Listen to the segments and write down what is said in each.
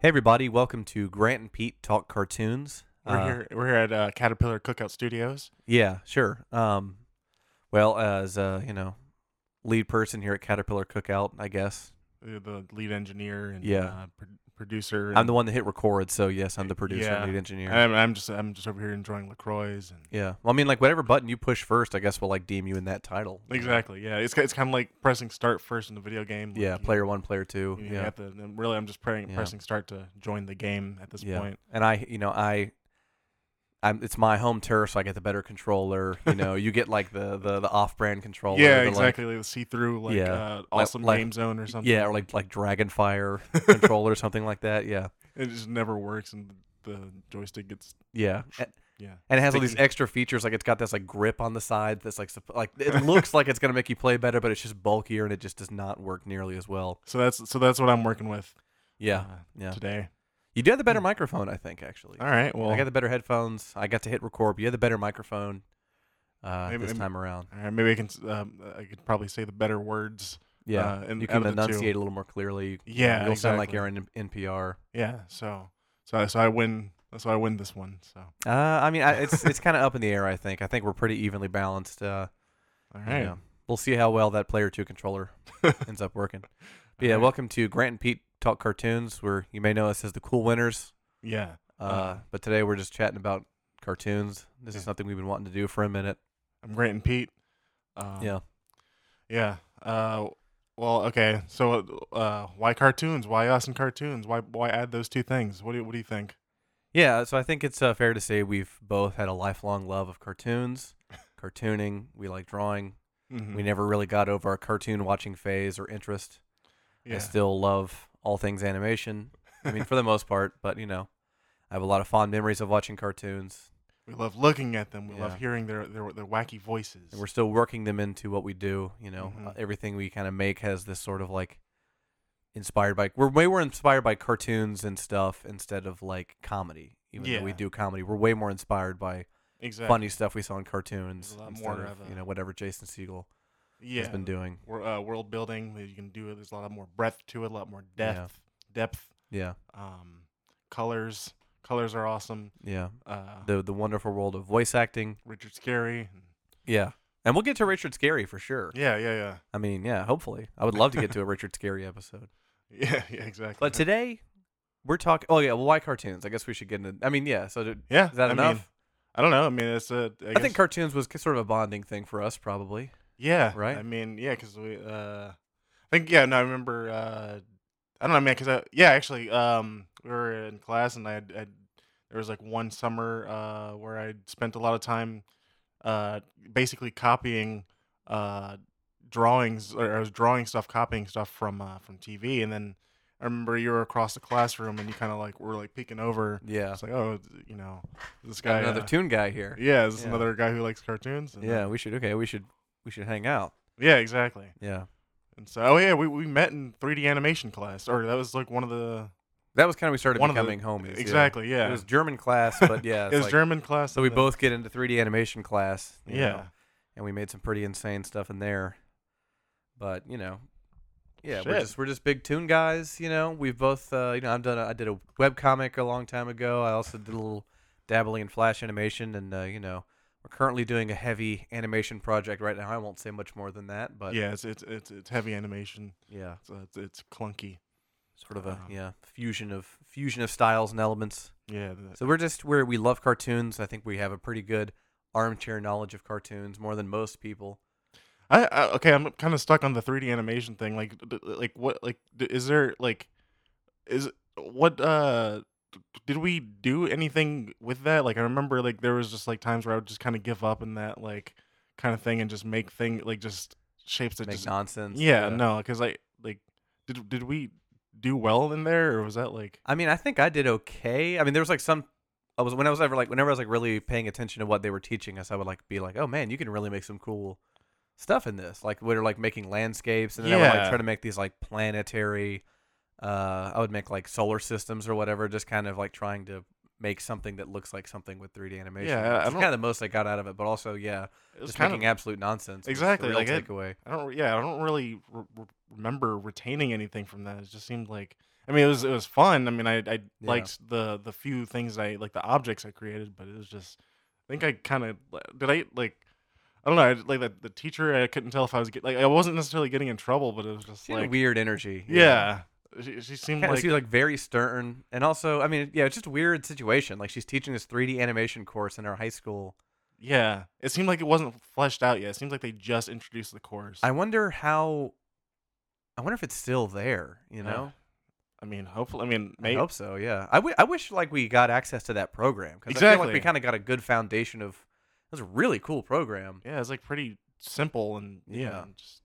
Hey everybody, welcome to Grant and Pete Talk Cartoons. We're Uh, here. We're here at uh, Caterpillar Cookout Studios. Yeah, sure. Um, well, as uh, you know, lead person here at Caterpillar Cookout, I guess You're the lead engineer and Yeah. uh, pro- producer. I'm the and- one that hit record, so yes, I'm the producer, Yeah. Uh, and lead engineer. I'm, I'm just. I'm just over here enjoying Lacroix and. yeah, well, I mean, like whatever button you push first, I guess we'll like deem you in that title. Exactly. Yeah. It's ki- it's kind of like pressing start first in the video game. like, Yeah, you- player one, player two. You, yeah, have to. then Really, I'm just praying, Yeah. pressing start to join the game at this yeah. point. And I, you know, I. I'm, it's my home turf, so I get the better controller. You know, you get like the the, the off-brand controller. yeah. the, like, Exactly. Like, the see-through, like Yeah. uh, Like- awesome like- game zone or something. yeah, or like like Dragonfire controller or something like that. Yeah, It just never works, and the joystick gets. Yeah, a- Yeah. and it has all these Sticky. extra features. Like it's got this like grip on the side that's like supp- like it looks like it's gonna make you play better, but it's just bulkier and it just does not work nearly as well. So that's so that's what I'm working with. Yeah, uh, yeah. Today. You do have the better microphone, I think. Actually, Hmm. All right. Well. I got the better headphones. I got to hit record. But you had the better microphone uh, Maybe- this maybe- time around. all right, maybe I can. s- Um, I could probably say the better words. Yeah, uh, and you out can of the two. enunciate a little more clearly. Yeah, you'll sound like exactly. you're in NPR. Yeah, so so I, so I win. So I win this one. So Uh, I mean, I, it's it's kind of up in the air. I think. I think we're pretty evenly balanced. Uh, all you right. know. we'll see how well that player two controller ends up working. But yeah, Alright. welcome to Grant and Pete Talk Cartoons, where you may know us as the Cool Winners. Yeah. Uh, Uh-huh. But today we're just chatting about cartoons. This is Yeah. something we've been wanting to do for a minute. I'm Grant and Pete. Um, yeah. Yeah. Uh, well, okay. So uh, why cartoons? Why us and cartoons? Why why add those two things? What do you, what do you think? Yeah, so I think it's uh, fair to say we've both had a lifelong love of cartoons, cartooning. We like drawing. Mhm. We never really got over our cartoon watching phase or interest. yeah. I still love all things animation. I mean, for the most part, but you know, I have a lot of fond memories of watching cartoons. we love looking at them. We Yeah. love hearing their their, their wacky voices. and we're still working them into what we do. You know, Mhm. Uh, everything we kind of make has this sort of like inspired by. We're way more inspired by cartoons and stuff instead of like comedy. Even though we Yeah. do comedy, we're way more inspired by exactly funny stuff we saw in cartoons There's a lot instead more of, of a- you know whatever Jason Siegel Yeah. has been doing. Wor- uh, world building that you can do. it. There's a lot more breadth to it. A lot more Yeah. depth. Depth. Yeah, Um, colors. Colors are awesome. yeah. Uh, The the wonderful world of voice acting. Richard Scarry. Yeah. And we'll get to Richard Scarry for sure. Yeah, yeah, yeah. I mean, yeah, hopefully. I would love to get to a Richard Scarry episode. Yeah, yeah, exactly. But today, we're talking. Oh, yeah, well, why cartoons? I guess we should get into. I mean, yeah, so to, yeah, is that I enough? Mean, I don't know. I mean, it's a. I, I, guess- think cartoons was sort of a bonding thing for us, probably. Yeah, right? I mean, yeah, because we. Uh, I think yeah. No, I remember. Uh, I don't know, man. Because I, yeah, actually, um, we were in class, and I, would I there was like one summer uh, where I spent a lot of time, uh, basically copying, uh, drawings or I was drawing stuff, copying stuff from uh, from TV, and then I remember you were across the classroom, and you kind of like were like peeking over. Yeah. It's like, oh, it's- you know, this guy. Got another uh, tune guy here. Yeah, this is Yeah. another guy who likes cartoons. and, uh, Yeah, we should. Okay, we should. We should hang out. yeah, exactly. Yeah. And so, oh yeah, we, we met in 3D animation class, or that was like one of the That was kind of we started one becoming of the, homies. yeah. Exactly. Yeah. It was German class, but yeah, It it's was like- German class. So and we then- both get into 3D animation class. you Yeah. know, and we made some pretty insane stuff in there. But you know, yeah, we're Shit. just we're just big tune guys. You know, we've both uh, you know I've done a, I did a web comic a long time ago. I also did a little dabbling in Flash animation, and uh, you know we're currently doing a heavy animation project right now. I won't say much more than that, but Yeah, it's it's it's, it's heavy animation. yeah, So it's, it's clunky. sort of a Um, yeah fusion of fusion of styles and elements. Yeah. the- So we're just where we love cartoons. I think we have a pretty good armchair knowledge of cartoons more than most people. I, I okay. I'm kind of stuck on the 3D animation thing. Like d- d- like what like d- is there like is what uh d- did we do anything with that? Like I remember like there was just like times where I would just kind of give up in that like kind of thing and just make thing like just shapes that Make just nonsense. Yeah, no, because I like did did we do well in there or was that like I mean, I think I did okay. I mean, there was like some. I was when I was ever like whenever I was like really paying attention to what they were teaching us, I would like be like, oh man, you can really make some cool stuff in this. Like we were like making landscapes, and then I would like Yeah. try to make these like planetary. Uh, I would make like solar systems or whatever, just kind of like trying to make something that looks like something with 3D animation. Yeah, I- I it's don't- kind of the most I got out of it, but also yeah, it was just kind making of absolute nonsense. was the Exactly, real like, it- takeaway. I don't yeah I don't really re- re- remember retaining anything from that. It just seemed like I mean, it was it was fun. I mean, I I Yeah. liked the the few things I like the objects I created, but it was just I think I kind of did I like I don't know I, like the, the teacher I couldn't tell if I was get, like I wasn't necessarily getting in trouble, but it was just She had a like weird energy. yeah. She, she seemed Kind of like seems like very stern, and also, I mean, yeah, it's just a weird situation. Like she's teaching this 3D animation course in our high school. yeah. It seemed like it wasn't fleshed out yet. It seems like they just introduced the course. I wonder how. I wonder if it's still there. You Yeah. know, I mean, hopefully, I mean, I maybe hope so. Yeah, I wi- I wish like we got access to that program because I feel like we Exactly. kind of got a good foundation of. It was a really cool program. yeah, it's like pretty simple and yeah, Yeah. just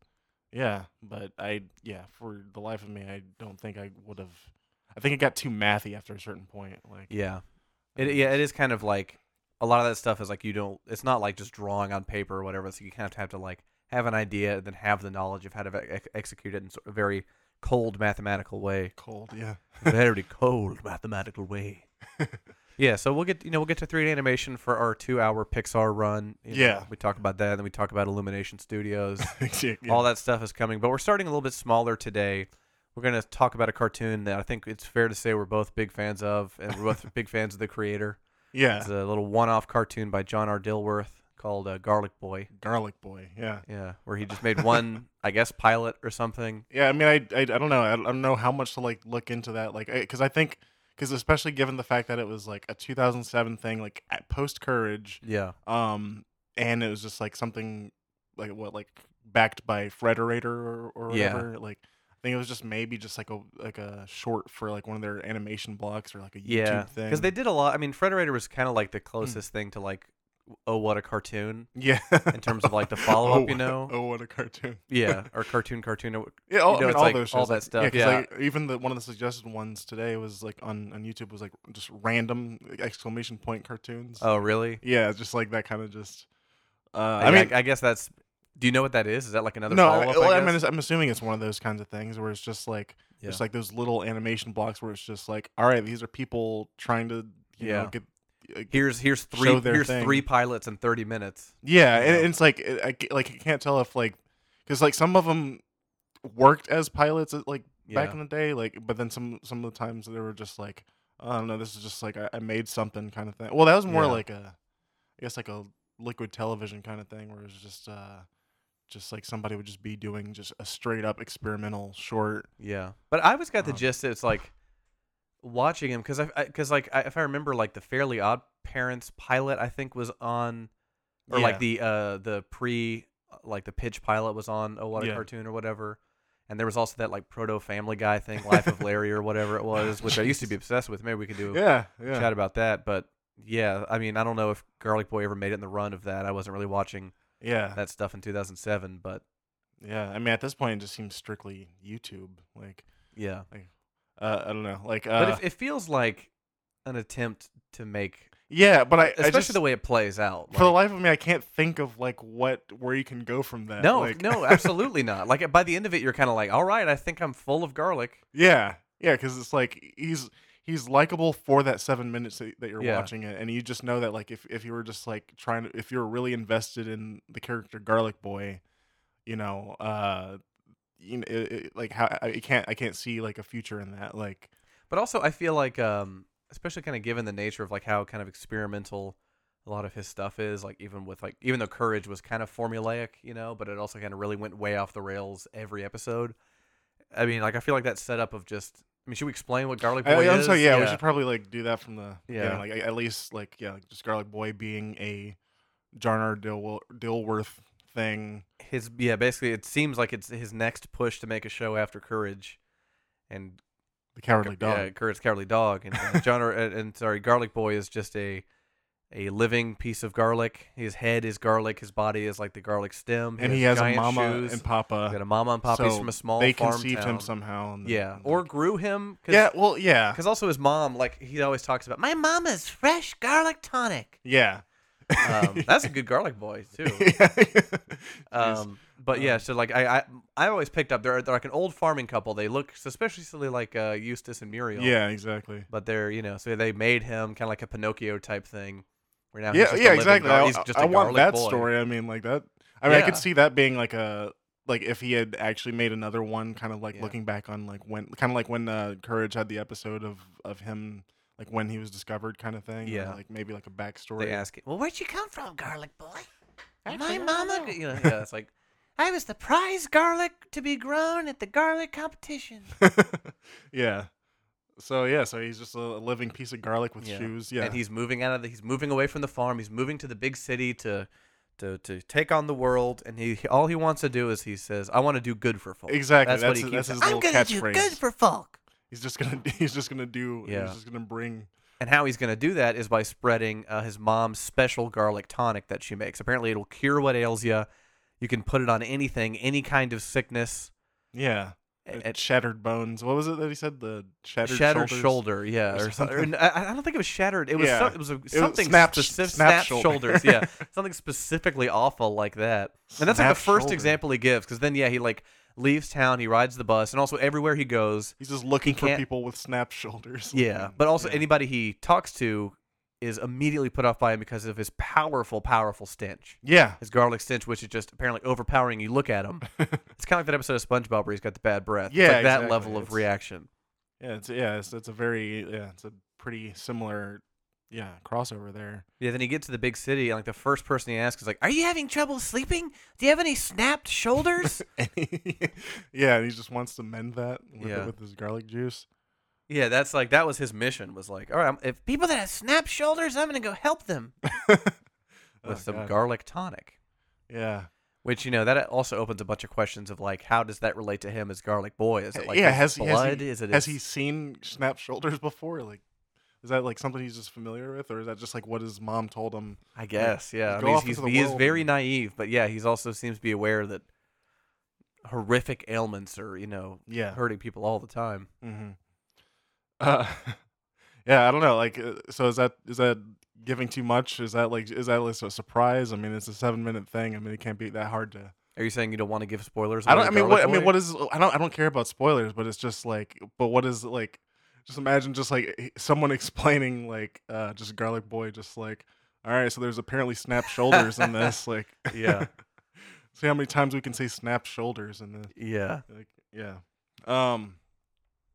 yeah. But I yeah, for the life of me, I don't think I would have. I think it got too mathy after a certain point. Like Yeah, it yeah it is kind of like a lot of that stuff is like you don't. It's not like just drawing on paper or whatever. So you kind of have to like have an idea and then have the knowledge of how to ex- execute it in sort of a very cold mathematical way. cold. Yeah, very cold mathematical way. yeah, so we'll get you know we'll get to 3D animation for our two-hour Pixar run. you know, Yeah. we talk about that, and then we talk about Illumination Studios. yeah, All that stuff is coming, but we're starting a little bit smaller today. We're going to talk about a cartoon that I think it's fair to say we're both big fans of, and we're both big fans of the creator. yeah. It's a little one-off cartoon by John R. Dilworth called uh, Garlic Boy. Garlic Boy. Yeah, Yeah, where he just made one, I guess, pilot or something. yeah. I mean, I I, I don't know. I don't- I don't know how much to like look into that. Like, because I think because especially given the fact that it was like a 2007 thing, like at post Courage, Yeah, um, and it was just like something like what like backed by Frederator or, or Yeah. whatever. Like I think it was just maybe just like a like a short for like one of their animation blocks or like a YouTube yeah, thing. because they did a lot. I mean, Frederator was kind of like Hmm. the closest thing to like, oh, what a cartoon. yeah in terms of, like, the follow-up, oh, you know? Oh, what a cartoon! Yeah, or cartoon, cartoon. or- Yeah, all, You know, I mean, it's all like those shows, all that like- stuff, Yeah, 'cause, yeah. like, even the one of the suggested ones today was like on on YouTube was like just random exclamation point cartoons. Oh, really? Yeah, just like that kind of just. Uh, I, I mean, I, guess that's. Do you know what that is? Is that like another no, I, follow up? well, I I mean, guess? it's- I'm assuming it's one of those kinds of things where it's just like Yeah. It's like those little animation blocks where it's just like, all right, these are people trying to, you Yeah. know, get. uh, here's here's three show their here's thing. three pilots in 30 minutes. yeah, Yeah. and and it's like, it- I ca- like I can't tell if like, because like some of them worked as pilots at, like Yeah. back in the day, like, but then some some of the times they were just like, I don't know, this is just like I, I made something kind of thing. Well, that was more Yeah. like a, I guess like a liquid television kind of thing where it's just, uh just like somebody would just be doing just a straight up experimental short. Yeah, but I always got the Um, gist. That it's like watching him because I because like I, if I remember like the Fairly Odd Parents pilot I think was on or like Yeah. the uh the pre uh, like the pitch pilot was on oh what a Yeah. cartoon or whatever and there was also that like proto family guy thing life of larry or whatever it was which i used to be obsessed with maybe we could do Yeah, yeah. chat about that. But yeah, I mean, I don't know if Garlic Boy ever made it in the run of that. I wasn't really watching Yeah. that stuff in 2007, but Yeah, I mean, at this point, it just seems strictly YouTube. Like, yeah. uh, I don't know. Like, uh, But if, it feels like an attempt to make, yeah, but I, especially I just, the way it plays out. for the like- life of me, I can't think of like what where you can go from that. no, like, no, absolutely not. Like by the end of it, you're kind of like, all right, I think I'm full of garlic. yeah, yeah, because it's like he's he's likable for that seven minutes that, that you're Yeah. watching it, and you just know that like if if you were just like trying to if you were really invested in the character Garlic Boy, you know, uh, you know, it, it, like how I I can't I can't see like a future in that. Like, But also, I feel like, um, especially kind of given the nature of like how kind of experimental a lot of his stuff is, like even with like even though Courage was kind of formulaic, you know, but it also kind of really went way off the rails every episode. I mean, like I feel like that setup of just. I mean, should we explain what Garlic Boy I, I'm is? sorry, yeah, we should probably like do that from the yeah, Yeah. like a- at least like yeah, like, just Garlic Boy being a John R. Dil- Dilworth thing. his yeah. Basically, it seems like it's his next push to make a show after Courage, and The Cowardly Gar- Dog. Yeah, Kurt's Cowardly Dog. And uh, John, or, and, and sorry, Garlic Boy is just a a living piece of garlic. His head is garlic. His body is like the garlic stem. and he has a giant mama shoes. and He's got papa. a mama and papa. he's so from a small they farm conceived town. him somehow. And Yeah, and, or like- grew him. Cause, yeah, well, yeah, Because also his mom, like he always talks about, my mama's fresh garlic tonic. yeah. Um, that's a good garlic boy too. Jeez. Um, but yeah, Um, so like I, I, I always picked up they're, they're like an old farming couple. They look suspiciously like uh, Eustace and Muriel. yeah, exactly. but they're you know so they made him kind of like a Pinocchio type thing. Where now he's Yeah, just a yeah, living exactly. gar- I, he's just a I want garlic that boy. story. I mean, like that. I mean, I Yeah. could see that being like a like if he had actually made another one, kind of like Yeah. looking back on like when, kind of like when uh, Courage had the episode of of him, like when he was discovered, kind of thing. or, Yeah. like maybe like a backstory. They ask it. Well, where'd you come from, Garlic Boy? Actually, My I don't mama. know." g-" You know, yeah, it's like I was the prize garlic to be grown at the garlic competition. yeah. So yeah, so he's just a living piece of garlic with Yeah. shoes. Yeah. And he's moving out of the, he's moving away from the farm. He's moving to the big city to to to take on the world. And he all he wants to do is he says, "I want to do good for folks." Exactly, That's, what that's he his- keeps. that's his saying. little catchphrase." folk. he's just gonna he's just gonna do Yeah. he's just gonna bring And how he's going to do that is by spreading uh, his mom's special garlic tonic that she makes. Apparently, it'll cure what ails you. You can put it on anything, any kind of sickness. yeah It- uh, shattered bones. What was it that he said? The shattered, shattered shoulders? shoulder, yeah, or or, something. something. I, I don't think it was shattered. It was Yeah. some- it was a, It was something snapped sh- specific. Snapped, snapped shoulder. shoulders, yeah, something specifically awful like that. And that's like the Snapped first shoulder. example he gives, because then yeah, he like leaves town, he rides the bus, and also everywhere he goes, He's just looking He for can't- people with snap shoulders. yeah. But also Mm-hmm. Yeah. anybody he talks to is immediately put off by him because of his powerful, powerful stench. yeah, His garlic stench, which is just apparently overpowering. You look at him; it's kind of like that episode of SpongeBob where he's got the bad breath. Yeah, it's like exactly. that level of It's- reaction. yeah, it's yeah, it's, it's a very yeah, it's a pretty similar yeah crossover there. Yeah, then he gets to the big city, and like the first person he asks is like, "Are you having trouble sleeping? Do you have any snapped shoulders?" yeah, and he just wants to mend that with, Yeah. with his garlic juice. yeah, that's like that was his mission was like, "All right, I'm, if people that have snapped shoulders, I'm gonna go help them Oh, with some God. garlic tonic." yeah, Which you know that also opens a bunch of questions of like, how does that relate to him as Garlic Boy? Is it like yeah. his Has, has blood? he is it has he his- seen snap shoulders before? Like, is that like something he's just familiar with, or is that just like what his mom told him? I guess, yeah. I go mean, off he's, into the he is world very and- naive, but yeah, he's also seems to be aware that horrific ailments are you know Yeah. hurting people all the time. Mm-hmm. Uh, yeah, I don't know. Like, uh, so is that is that giving too much? Is that like is that like a surprise? I mean, it's a seven minute thing. I mean, it can't be that hard to. Are you saying you don't want to give spoilers? I away don't. I to mean, Garlic what I mean, Boy? what is? I don't. I don't care about spoilers, but it's just like. But what is like? Just imagine just like someone explaining like uh just Garlic Boy, just like, all right, so there's apparently snap shoulders in this. Like, Yeah. See how many times we can say snap shoulders in this. Yeah. Like, yeah. Um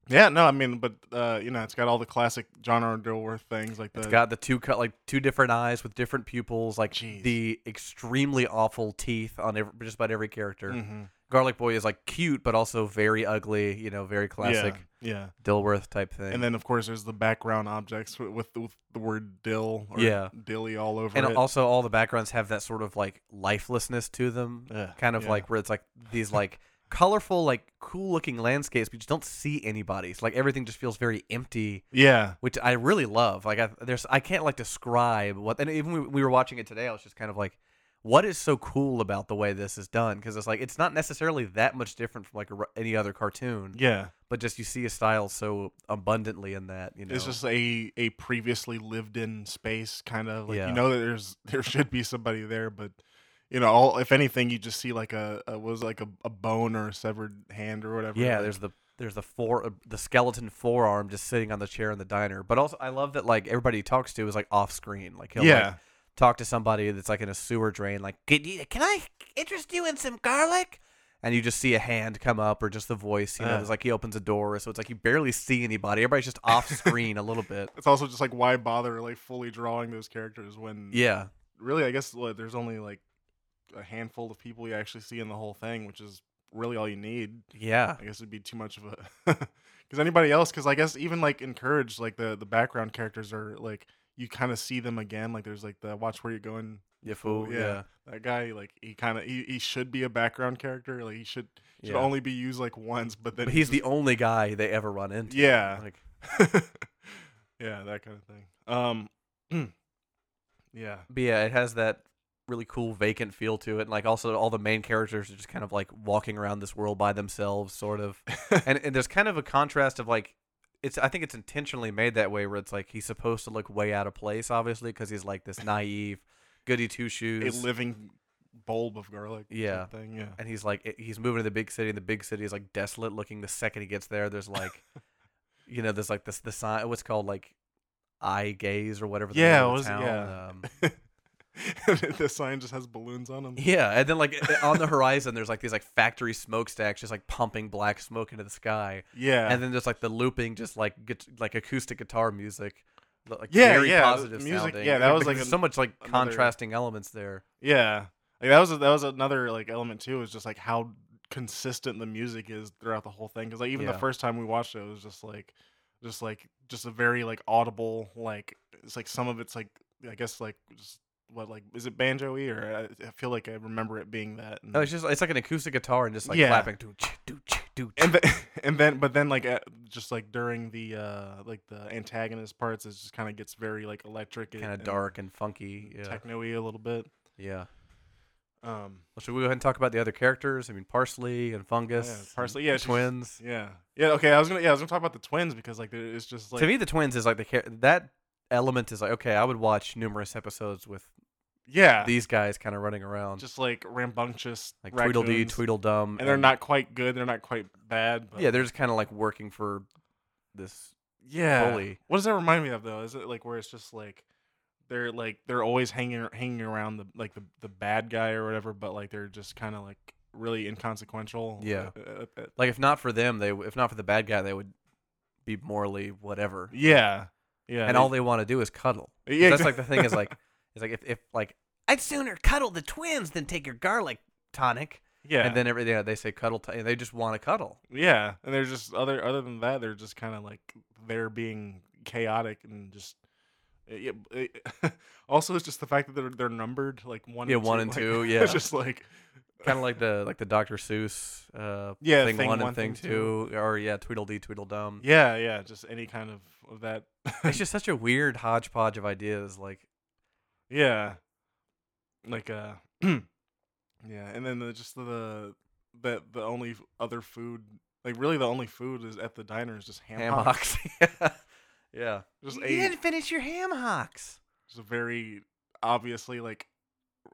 yeah, no, I mean, but uh, you know, it's got all the classic John O'Dowworth things like the It's got the two cut like two different eyes with different pupils, like Jeez. the extremely awful teeth on every, just about every character. Mhm. Garlic Boy is like cute, but also very ugly. You know, very classic Yeah. yeah. Dilworth type thing. And then of course there's the background objects with with, with the word dill or Yeah. dilly all over And it. also, all the backgrounds have that sort of like lifelessness to them, Ugh, kind of yeah. like where it's like these like colorful, like cool looking landscapes, but you just don't see anybody. It's like everything just feels very empty. Yeah. which I really love. Like I, there's, I can't like describe what. And even we, we were watching it today, I was just kind of like, what is so cool about the way this is done? Because it's like it's not necessarily that much different from like a, r- any other cartoon, Yeah. but just you see a style so abundantly in that. You know, It's just a a previously lived in space kind of like Yeah. you know that there's there should be somebody there, but you know, all if anything you just see like a, a was like a, a bone or a severed hand or whatever. yeah. like- There's the there's the four uh, the skeleton forearm just sitting on the chair in the diner. But also, I love that like everybody he talks to is like off screen. Like he'll like, yeah. talk to somebody that's like in a sewer drain, like, can, you, can I interest you in some garlic? And you just see a hand come up or just the voice, you know, Uh. it's like he opens a door. So it's like you barely see anybody. Everybody's just off screen a little bit. it's also just like why bother like fully drawing those characters when Yeah. really I guess what, there's only like a handful of people you actually see in the whole thing, which is really all you need. Yeah. I guess it'd be too much of a because anybody else because I guess even like encouraged like the the background characters are like you kind of see them again like there's like the watch where you're going You fool. oh, yeah. Yeah. that guy like he kind of he, he should be a background character like he should should Yeah. only be used like once but then But he's the just- only guy they ever run into. yeah Like, yeah, that kind of thing. Um, yeah, but yeah, it has that really cool vacant feel to it. And like also all the main characters are just kind of like walking around this world by themselves, sort of. and, and there's kind of a contrast of like it's I think it's intentionally made that way where it's like he's supposed to look way out of place obviously because he's like this naive goody two a shoes living bulb of garlic. or Yeah. something, yeah. and he's like he's moving to the big city and the big city is like desolate looking the second he gets there there's like you know there's like this the sign what's called like eye gaze or whatever the name Yeah, of what the is it? town, Yeah. um, the sign just has balloons on them. Yeah, and then like on the horizon, there's like these like factory smokestacks just like pumping black smoke into the sky, Yeah. and then there's like the looping, just like gu- like acoustic guitar music, li- like Yeah, very yeah, positive music- sounding. yeah, that Like, was, like, there's an- so much like another- contrasting elements there. Yeah, like that was that was another like element too. Is just like how consistent the music is throughout the whole thing. Because like even Yeah. the first time we watched it, it was just like, just like just a very like audible like it's like some of it's like I guess like just what like is it banjoy or uh, I, I feel like I remember it being that. And, No, it's just it's like an acoustic guitar and just like Yeah. clapping. Doo-ch, doo-ch, doo-ch. and then, and then but then like at, just like during the uh like the antagonist parts, it just kind of gets very like electric, and- kind of and dark and funky. Yeah, techno-y a little bit. yeah. Um, Well, should we go ahead and talk about the other characters? I mean, Parsley and Fungus, Yeah, and Parsley- yeah, the she's- twins. Yeah. Yeah. Okay. I was gonna. Yeah. I was gonna talk about the twins because like there- it's just like. to me, the twins is like the char- that element is like okay, I would watch numerous episodes with yeah. these guys kind of running around, just like rambunctious. um, like raccoons, Tweedledee, Tweedledum, And they're not quite good. They're not quite bad. But Yeah, they're just kind of like working for this. yeah. bully. What does that remind me of though? Is it like where it's just like they're like they're always hanging hanging around the like the, the bad guy or whatever, but like they're just kind of like really inconsequential. Yeah. uh, uh, uh, Like, if not for them, they w- if not for the bad guy, they would be morally whatever. yeah. Yeah. and all they want to do is cuddle. 'Cause Yeah, that's like the exact- thing is like is like if, if like I'd sooner cuddle the twins than take your garlic tonic. Yeah. And then everything they say cuddle, t- and they just want to cuddle. Yeah, and they're just other other than that, they're just kind of like they're being chaotic and just. eh, Yeah, it- also, it's just the fact that they're they're numbered like one. Yeah, and one two, and like, two, yeah. it's just like Kind of like the like the Dr. Seuss uh, yeah, thing, one and thing, two, or yeah, Tweedledee, Tweedledum. Yeah, yeah, just any kind of of that. It's just such a weird hodgepodge of ideas. Like yeah, like uh, yeah, and then the, just the the the only other food, like really the only food is at the diner is just ham, ham hock. hocks. yeah. yeah. Just you a- didn't finish your ham hocks. It's a very obviously like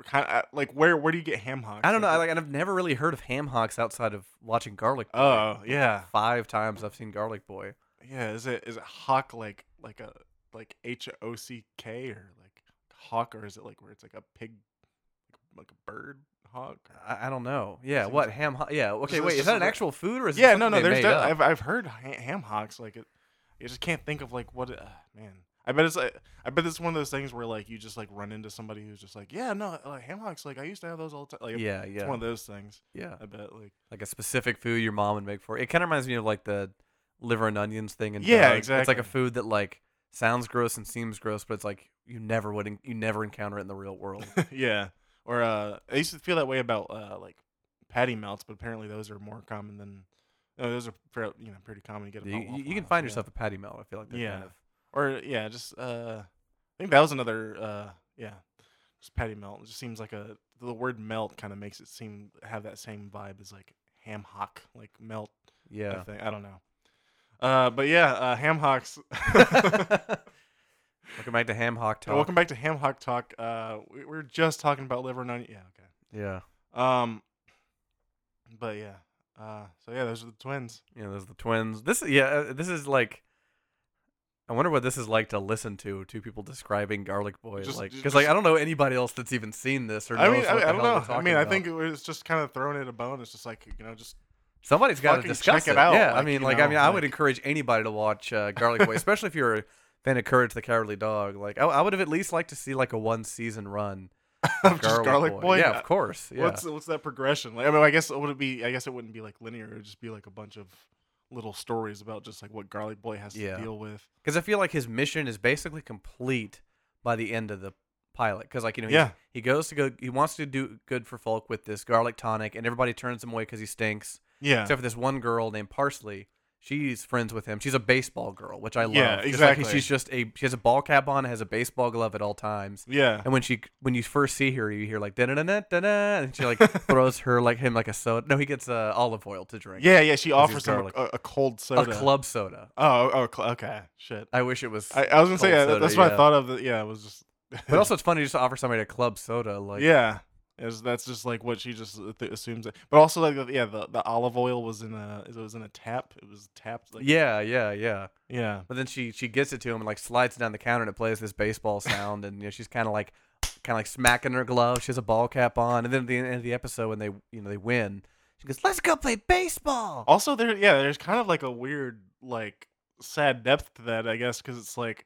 kind of like where where do you get ham hocks? I don't know. I, like, and I've never really heard of ham hocks outside of watching Garlic. Boy. oh yeah, Five times I've seen Garlic Boy. yeah. Is it is it hock like like a like H O C K or like hawk or is it like where it's like a pig like a bird hawk? I, I don't know. Yeah, Seems- what ham? Ho- yeah. Okay, it's wait. Is just that an like- actual food or is it yeah, no, something no. they There's made de- up? I've I've heard ha- ham hocks like it. I just can't think of like what it- ah, man. I bet it's like, I bet it's one of those things where like you just like run into somebody who's just like yeah no like ham hocks like I used to have those all the time like yeah, it's yeah, one of those things yeah. I bet like. Like a specific food your mom would make for. It kind of reminds me of like the liver and onions thing. And Yeah, It's like a exactly. food that like sounds gross and seems gross, but it's like you never would en- you never encounter it in the real world. yeah. Or uh, I used to feel that way about uh, like patty melts, but apparently those are more common than. No, those are fair- you know pretty common. You get them you, at you- you Waffle can House, find yeah. yourself a patty melt. I feel like. they're Kind Yeah. of, Or yeah, just uh, I think that was another uh, yeah, just patty melt. It just seems like a the word melt kind of makes it seem have that same vibe as like ham hock, like melt. yeah. I think I don't know. Uh, but yeah, uh, ham hocks. Welcome back to ham hock talk. Welcome back to ham hock talk. Uh, we, we we're just talking about liver and onion. Yeah, okay. Yeah. Um, but yeah. Uh, so yeah, those are the twins. you know, there's the twins. This, yeah, uh, this is like. I wonder what this is like to listen to two people describing Garlic Boy, Just- like ju- because like just- I don't know anybody else that's even seen this or knows I mean, I, what the I don't hell they're know. I talking mean, I about. think it was just kind of thrown at a bone. It's just like you know, just somebody's got to fucking discuss check it it. out, yeah, I like, mean, you like I know, mean, I would like- encourage anybody to watch uh, Garlic Boy, especially if you're a fan of Courage the Cowardly Dog. Like I, I would have at least liked to see like a one season run. of just garlic boy. Yeah, of course. Yeah, What's what's that progression? Like, I mean, I guess it would be. I guess it wouldn't be like linear. It would just be like a bunch of little stories about just like what garlic boy has Yeah. to deal with. because I feel like his mission is basically complete by the end of the pilot. Because like you know, he- Yeah. he goes to go, he wants to do good for folk with this garlic tonic, and everybody turns him away because he stinks. Yeah. Except for this one girl named Parsley. She's friends with him. She's a baseball girl, which I love. Yeah, Just like he- exactly. she's just a she has a ball cap on, has a baseball glove at all times. yeah. And when she when you first see her, you hear like da da da da da, and she like throws her like him like a soda. No, he gets uh, olive oil to drink. Yeah. Yeah. She he's offers him garlic. a, a cold a soda. club soda. Oh. Oh. cl- okay. Shit. I wish it was. I, I was gonna say Cold yeah, soda, that's what yeah. I thought of. The, yeah. It was just. but also, it's funny just to offer somebody a club soda. Like yeah, is that's just like what she just uh, th- assumes. That. But also like the- yeah, the, the olive oil was in a it was in a tap. It was tapped. Like, yeah, yeah, yeah. yeah, But then she she gets it to him and like slides it down the counter and it plays this baseball sound and you know she's kind of like kind of like smacking her glove. She has a ball cap on, and then at the end of the episode, when they you know they win, she goes, "Let's go play baseball." Also, there, yeah, there's kind of like a weird, like, sad depth to that, I guess, because it's like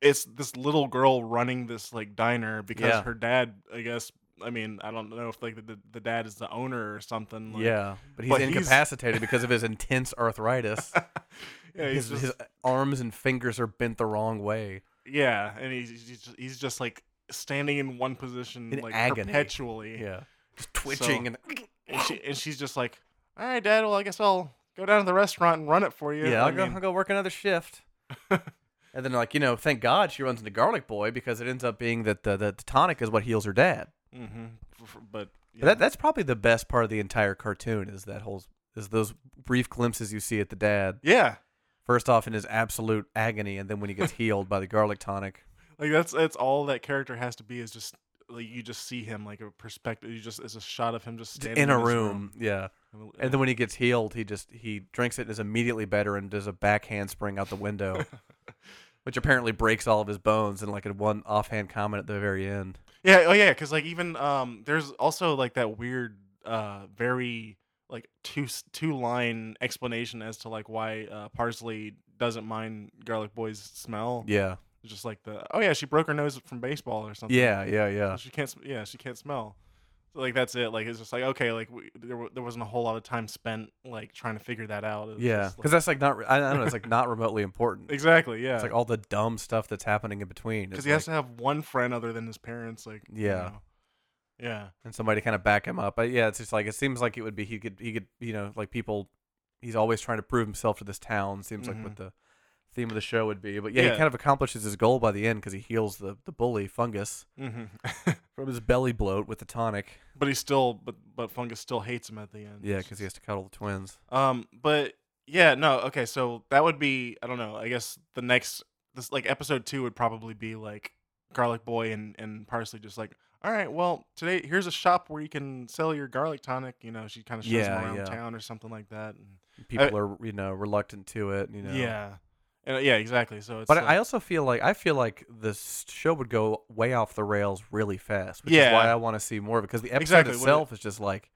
it's this little girl running this like diner because Yeah. her dad, I guess. I mean, I don't know if like the, the dad is the owner or something. Like, yeah, but he's but he's- incapacitated because of his intense arthritis. yeah, he's his, just, his arms and fingers are bent the wrong way. yeah, and he's he's just, he's just like standing in one position In like agony. perpetually. Yeah, just twitching and, she, and she's just like, "All right, Dad. Well, I guess I'll go down to the restaurant and run it for you." and yeah. I'll I go, mean, I'll go work another shift. and then like you know, thank God she runs into Garlic Boy because it ends up being that the the, the tonic is what heals her dad. mhm, f- f- But But that, that's probably the best part of the entire cartoon is that whole is those brief glimpses you see at the dad yeah, first off in his absolute agony and then when he gets healed by the garlic tonic like that's that's all that character has to be is just like you just see him like a perspective. You just it's a shot of him just Just standing in a this room yeah room. and then when he gets healed he just he drinks it and is immediately better and does a back handspring out the window which apparently breaks all of his bones in like a one offhand comment at the very end Yeah, oh yeah, because like even um, there's also like that weird, uh, very like two s- two line explanation as to like why uh, Parsley doesn't mind Garlic Boy's smell. yeah It's Just like the oh yeah, she broke her nose from baseball or something. yeah yeah yeah she can't. sm- Yeah, she can't smell. So, like that's it. Like it's just like okay, like we, there w- there wasn't a whole lot of time spent like trying to figure that out. It was yeah just, like- because that's like not re- I, I don't know it's like not remotely important exactly. Yeah, it's like all the dumb stuff that's happening in between because It's he has like- to have one friend other than his parents. Like you Yeah. know. yeah. and somebody to kind of back him up. But yeah, it's just like it seems like it would be he could he could you know like people. He's always trying to prove himself to this town. Seems like what the theme of the show would be. But yeah, Mm-hmm. Yeah. he kind of accomplishes his goal by the end because he heals the the bully fungus Mm-hmm. from his belly bloat with the tonic. But he still, but but fungus still hates him at the end. Yeah, It's because he has just- to cuddle the twins. Um, but yeah, no, okay. So that would be, I don't know. I guess the next, this like episode two would probably be like Garlic Boy and and Parsley, just like, all right, well, today here's a shop where you can sell your garlic tonic. You know, she kind of shows Yeah, him around yeah. town or something like that. And, People are you know reluctant to it. You know. Yeah, and, uh, yeah, exactly. So it's But like, I also feel like I feel like this show would go way off the rails really fast, which is Yeah. why I want to see more of it because the episode Exactly, what it- itself is just like,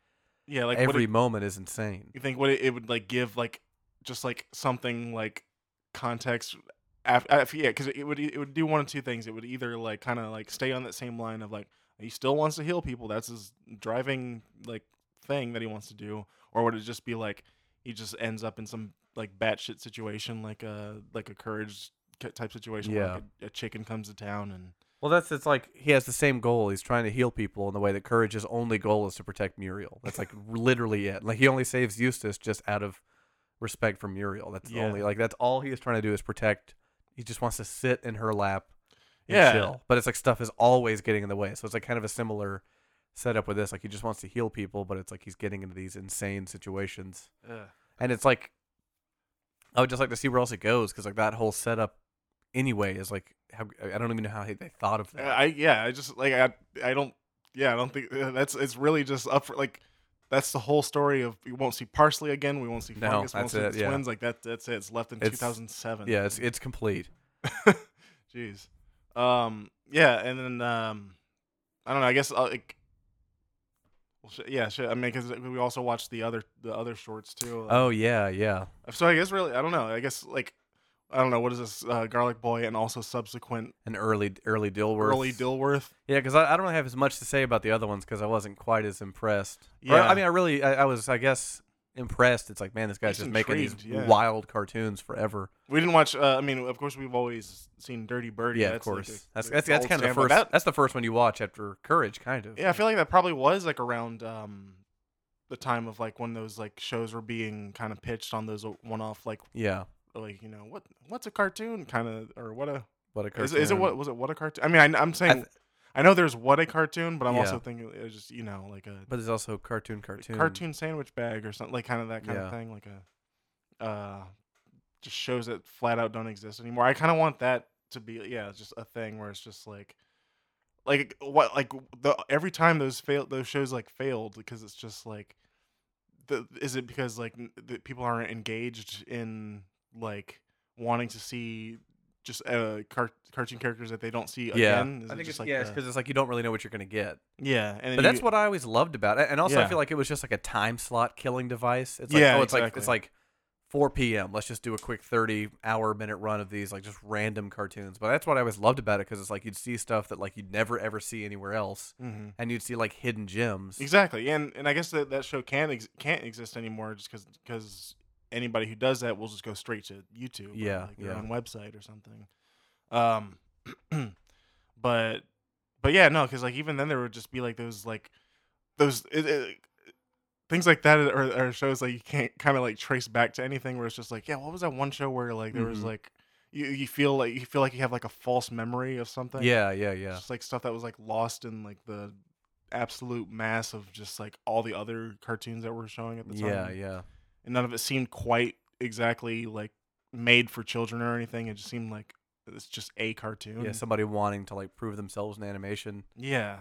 yeah, like what every it, moment is insane. you think what it, it would like give like just like something like context after, after yeah because it would e- it would do one of two things it would either like kind of like stay on that same line of like he still wants to heal people that's his driving like thing that he wants to do or would it just be like he just ends up in some like batshit situation like a like a courage ki- type situation where, Yeah. like, a, a chicken comes to town and Well, that's it's like he has the same goal. He's trying to heal people in the way that Courage's only goal is to protect Muriel. That's like literally it. Like he only saves Eustace just out of respect for Muriel. That's the Yeah. only like that's all he is trying to do is protect. He just wants to sit in her lap and Yeah. chill. But it's like stuff is always getting in the way. So it's like kind of a similar setup with this. Like he just wants to heal people, but it's like he's getting into these insane situations. And it's like I would just like to see where else it goes because like that whole setup anyway is like how, I don't even know how they they thought of that. Uh, I yeah, I just like I I don't yeah, I don't think uh, that's it's really just up for like that's the whole story of we won't see parsley again, we won't see No, fungus, we won't that's see it, the yeah. twins like that. That's it. It's left in It's- 2007. Yeah, it's it's complete. jeez. Um, yeah, and then um, I don't know. I guess uh, like, well, sh- yeah, sh- I mean, because we also watched the other the other shorts too. uh, Oh yeah, yeah. so I guess really, I don't know. I guess like. I don't know what is this uh, garlic boy and also subsequent An early early Dilworth. early Dilworth. Yeah, because I, I don't really have as much to say about the other ones because I wasn't quite as impressed. Or, Yeah. I mean, I really I, I was I guess impressed. It's like man, this guy's Just just making these intrigued, yeah. wild cartoons forever. We didn't watch. Uh, I mean, of course, we've always seen Dirty Birdie. Yeah, of that's like course. a- that's a that's, that's gold kind of the standard. first. That- that's the first one you watch after Courage, kind of. yeah, I feel like that probably was like around um, the time of like when those like shows were being kind of pitched on those uh, one-off like Yeah, like you know what what's a cartoon kind of or what a what a cartoon. is, is it what was it what a cartoon? I mean, I, I'm saying I, th- know there's what a cartoon, but I'm Yeah. also thinking it was just you know like a But there's also cartoon, cartoon, cartoon sandwich bag or something like kind of that kind Yeah. of thing like a uh just shows that flat out don't exist anymore i kind of want that to be yeah just a thing where it's just like like what like the every time those fail those shows like failed because it's just like the, is it because like n- the people aren't engaged in like wanting to see just uh, car- cartoon characters that they don't see Yeah. again. Is I it think just it's like yeah, it's the- 'cause it's like you don't really know what you're gonna get. yeah, and But that's what I always loved about it. And also, I Yeah. feel like it was just like a time slot killing device. It's like, Yeah, oh, it's like it's exactly. like 4 p.m. Let's just do a quick 30 hour minute run of these like just random cartoons. But that's what I always loved about it because it's like you'd see stuff that like you'd never ever see anywhere else, hmm and you'd see like hidden gems. exactly, and and I guess that that show can't ex- can't exist anymore just because anybody who does that will just go straight to YouTube, Yeah, or like their yeah. own website or something. Um, but but yeah, no, because like even then there would just be like those like those. It, it, Things like that are, are shows that you can't kind of like trace back to anything. Where it's just like, yeah, what was that one show where like there was Mhm. like you, you feel like you feel like you have like a false memory of something. Yeah, yeah, yeah. just like stuff that was like lost in like the absolute mass of just like all the other cartoons that were showing at the time. Yeah, yeah. And none of it seemed quite exactly like made for children or anything. It just seemed like it's just a cartoon. Yeah, somebody wanting to like prove themselves in animation. Yeah.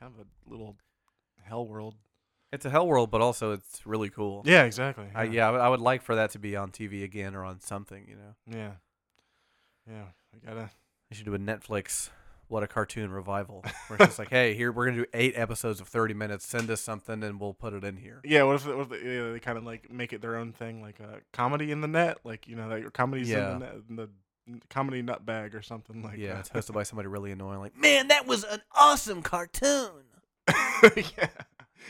Kind of a little hell world. It's a hell world, but also it's really cool. Yeah, exactly. I, yeah, I would- I would like for that to be on TV again or on something. You know, Yeah. Yeah. I gotta they should do a Netflix what a cartoon revival where it's just like, hey, here we're gonna do eight episodes of thirty minutes. Send us something and we'll put it in here. Yeah, what if, what if they, yeah, they kind of like make it their own thing, like a comedy in the net, like you know, like comedy's Yeah. in the net, in the n- comedy nutbag or something like. yeah, it's that. hosted by somebody really annoying. Like, man, that was an awesome cartoon. yeah,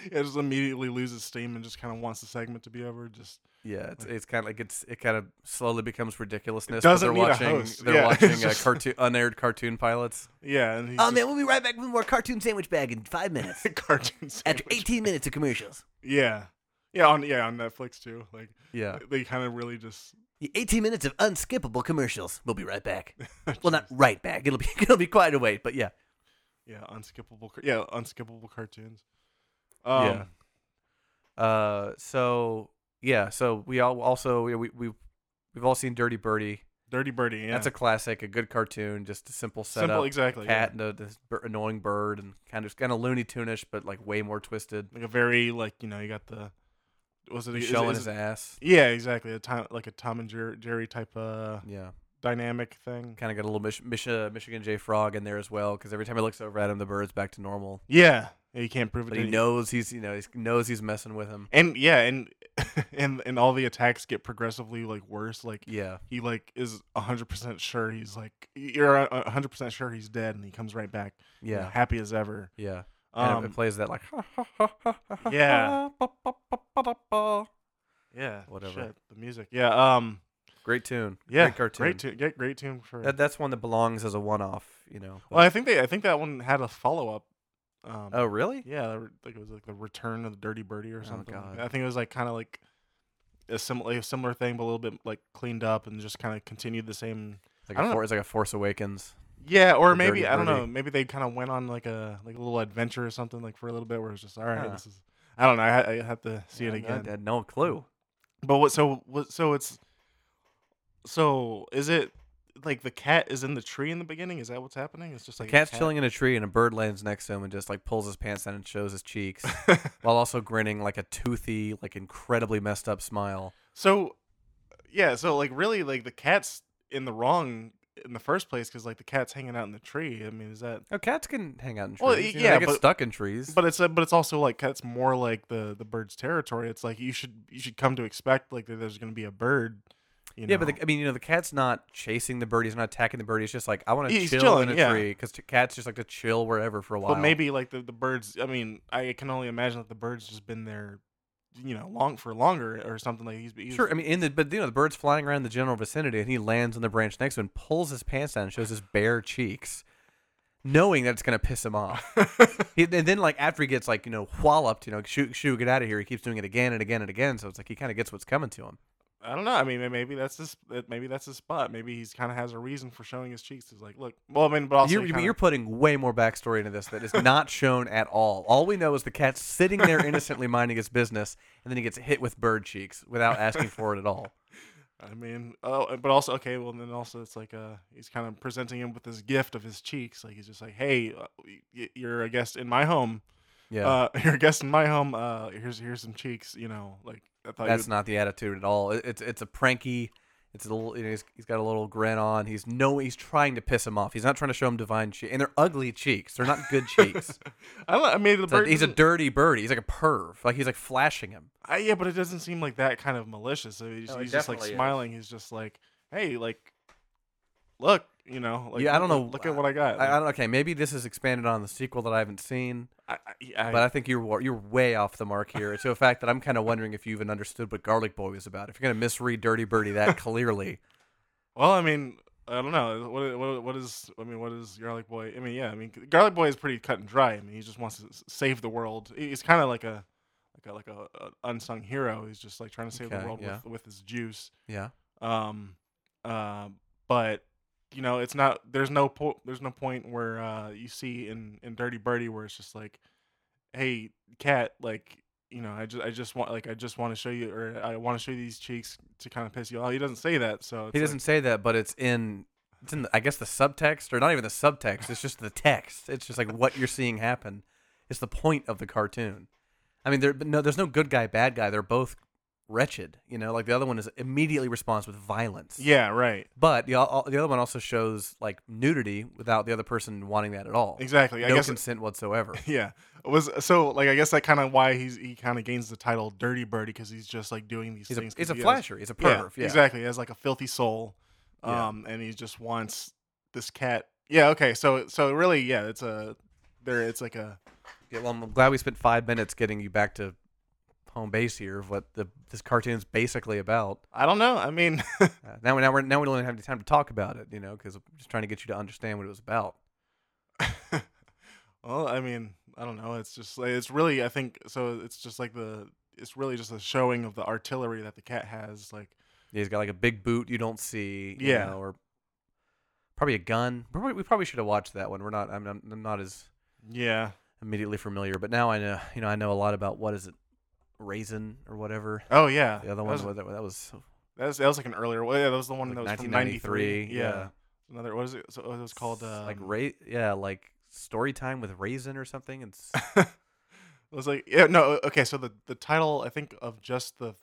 it just immediately loses steam and just kind of wants the segment to be over. Just Yeah, it's, Like- it's kind of like it's it kind of slowly becomes ridiculousness. It but doesn't they're need a watching host. they're Yeah, it's watching uh, just- cartoon unaired cartoon pilots. yeah, and he's just Oh, we'll be right back with more cartoon sandwich bag in five minutes. cartoon sandwich. minutes of commercials. Yeah, yeah, on yeah on Netflix too. Like Yeah. they kind of really just. 18 minutes of unskippable commercials. We'll be right back. Well, not right back. It'll be it'll be quite a wait, but yeah. yeah, unskippable. car- Yeah, unskippable cartoons. Um, Yeah. Uh, so yeah, so we all also we we we've, we've all seen Dirty Birdie. Dirty Birdie. Yeah, That's a classic, a good cartoon, just a simple setup. simple, exactly. yeah. Cat and a, this bir- annoying bird, and kind of kind of Looney Tunish, but like way more twisted. like a very like you know you got the was it He's is- showing is his it- ass. yeah exactly a time like a Tom and Jer- Jerry type uh Yeah, dynamic thing kind of got a little Mich- Mich- uh, Michigan J Frog in there as well, because every time he looks over at him, the bird's back to normal. yeah, yeah you can't prove it But to he any- knows he's you know he knows he's messing with him. and yeah and and and all the attacks get progressively like worse like Yeah, he like is hundred percent sure he's like you're hundred percent sure he's dead and he comes right back you know, yeah, happy as ever yeah. And it- it um plays that like Yeah. yeah whatever. shit, the music yeah um Great tune. yeah Great cartoon. great tune yeah, great tune for That, that's one that belongs as a one off, you know. well Oh, I but- think they I think that one had a follow up um oh, really? Yeah, the re- like it was like the Return of the Dirty Birdie or Oh, something. like God. that. I think it was like kind of like a similar a similar thing, but a little bit like cleaned up and just kind of continued the same. It's like, I a don't for, it's like a Force Awakens. Yeah, or The maybe Dirty I don't know. Birdie. Maybe they kind of went on like a like a little adventure or something like for a little bit where it's just all right. Huh. This is I don't know. I, ha- I have to see it Yeah, I- again. I had no clue. But what? So what? So it's so is it like the cat is in the tree in the beginning? Is that what's happening? It's just like a Cat's cat? chilling in a tree, and a bird lands next to him and just like pulls his pants down and shows his cheeks, while also grinning like a toothy, like incredibly messed up smile. So, yeah, so like really, like the cat's in the wrong in the first place because like the cat's hanging out in the tree. I mean, is that? Oh, cats can hang out in trees. Well, you know, yeah, they get but- stuck in trees. But it's uh, but it's also like that's more like the the bird's territory. It's like you should you should come to expect like that there's gonna be a bird. You know? yeah, but the, I mean, you know, the cat's not chasing the bird. He's not attacking the bird. He's just like, I want to He's chill chilling, in a yeah. tree because cats just like to chill wherever for a while. but maybe like the the birds. I mean, I can only imagine that the bird's just been there, you know, long for longer or something like he's. he's Sure, I mean, in the but you know the bird's flying around the general vicinity, and he lands on the branch next to him, pulls his pants down, and shows his bare cheeks, knowing that it's gonna piss him off. he, and then like after he gets like you know walloped, you know, shoo shoo, get out of here. He keeps doing it again and again and again. So it's like he kind of gets what's coming to him. I don't know. I mean, may- maybe that's this. Maybe that's his spot. Maybe he's kind of has a reason for showing his cheeks. He's like, look. Well, I mean, but also You're, he I mean, kinda- you're putting way more backstory into this that is not shown at all. All we know is the cat's sitting there innocently minding his business, and then he gets hit with bird cheeks without asking for it at all. I mean, oh, but also okay. Well, then also it's like uh, he's kind of presenting him with this gift of his cheeks. Like he's just like, hey, uh, y- y- you're a guest in my home. Yeah, Uh, you're a guest in my home. Uh, here's here's some cheeks. You know, like I thought. that's you not the attitude at all. It, it's it's a pranky. It's a little. You know, he's, he's got a little grin on. He's no. He's trying to piss him off. He's not trying to show him divine cheek. And they're ugly cheeks. They're not good cheeks. I, li- I mean, the It's like- bird. he's a doesn't- dirty birdie. He's like a perv. Like he's like flashing him. I- yeah, but it doesn't seem like that kind of malicious. I mean, he's, No, he he's just like definitely is. smiling. He's just like, hey, like, look, you know, like, Yeah, I don't look- know. Look at what I got. I, I Like, don't, okay, maybe this is expanded on in the sequel that I haven't seen, I, I, I, but I think you're wa- you're way off the mark here. to a fact that I'm kind of wondering if you even understood what Garlic Boy was about. If you're gonna misread Dirty Birdie that clearly, well, I mean, I don't know. What, what, what is? I mean, what is Garlic Boy? I mean, yeah, I mean, Garlic Boy is pretty cut and dry. I mean, he just wants to s- save the world. He- He's kind of like a, like a, like a, a unsung hero. He's just like trying to save Okay, the world yeah. with, with his juice. yeah. um uh but you know it's not there's no po- there's no point where uh you see in in dirty birdie where it's just like hey cat like you know i just i just want like i just want to show you or i want to show you these cheeks to kind of piss you off he doesn't say that so He it's doesn't say that, but it's in it's in the, I guess the subtext or not even the subtext. It's just the text. It's just like what you're seeing happen. It's the point of the cartoon. I mean, there but no, there's no good guy, bad guy. They're both wretched. You know, like the other one is immediately responds with violence. like, yeah right But the al- the other one also shows like nudity without the other person wanting that at all. exactly i no guess consent whatsoever. yeah It was so like i guess that kind of why he's he kind of gains the title dirty birdie because he's just like doing these He's a things 'cause he's a he has- flasher. He's a perv. Yeah, exactly. He has like a filthy soul, Yeah. um, and he just wants this cat. Yeah, okay. So, so really, yeah, it's a there. It's like a Yeah, well, I'm glad we spent five minutes getting you back to home base here of what the this cartoon's basically about. I don't know. I mean, Uh, now, now we're now we don't even have any time to talk about it, you know, because I'm just trying to get you to understand what it was about. well, I mean, I don't know. It's just like it's really. I think so. It's just like the. It's really just a showing of the artillery that the cat has. Like, Yeah, he's got like a big boot you don't see, you Yeah. know, or probably a gun. Probably, we probably should have watched that one. We're not. I'm, I'm, I'm not as yeah. immediately familiar, but now I know. You know, I know a lot about what is it, raisin or whatever. Oh yeah. The other that one was, that, that was that was that was like an earlier. Well, yeah, that was the one like that was from 1993. '93. Yeah. Another. What is it? So it was called um, like ra- yeah, like story time with raisin or something. And s- it was like yeah no okay so the the title i think of just the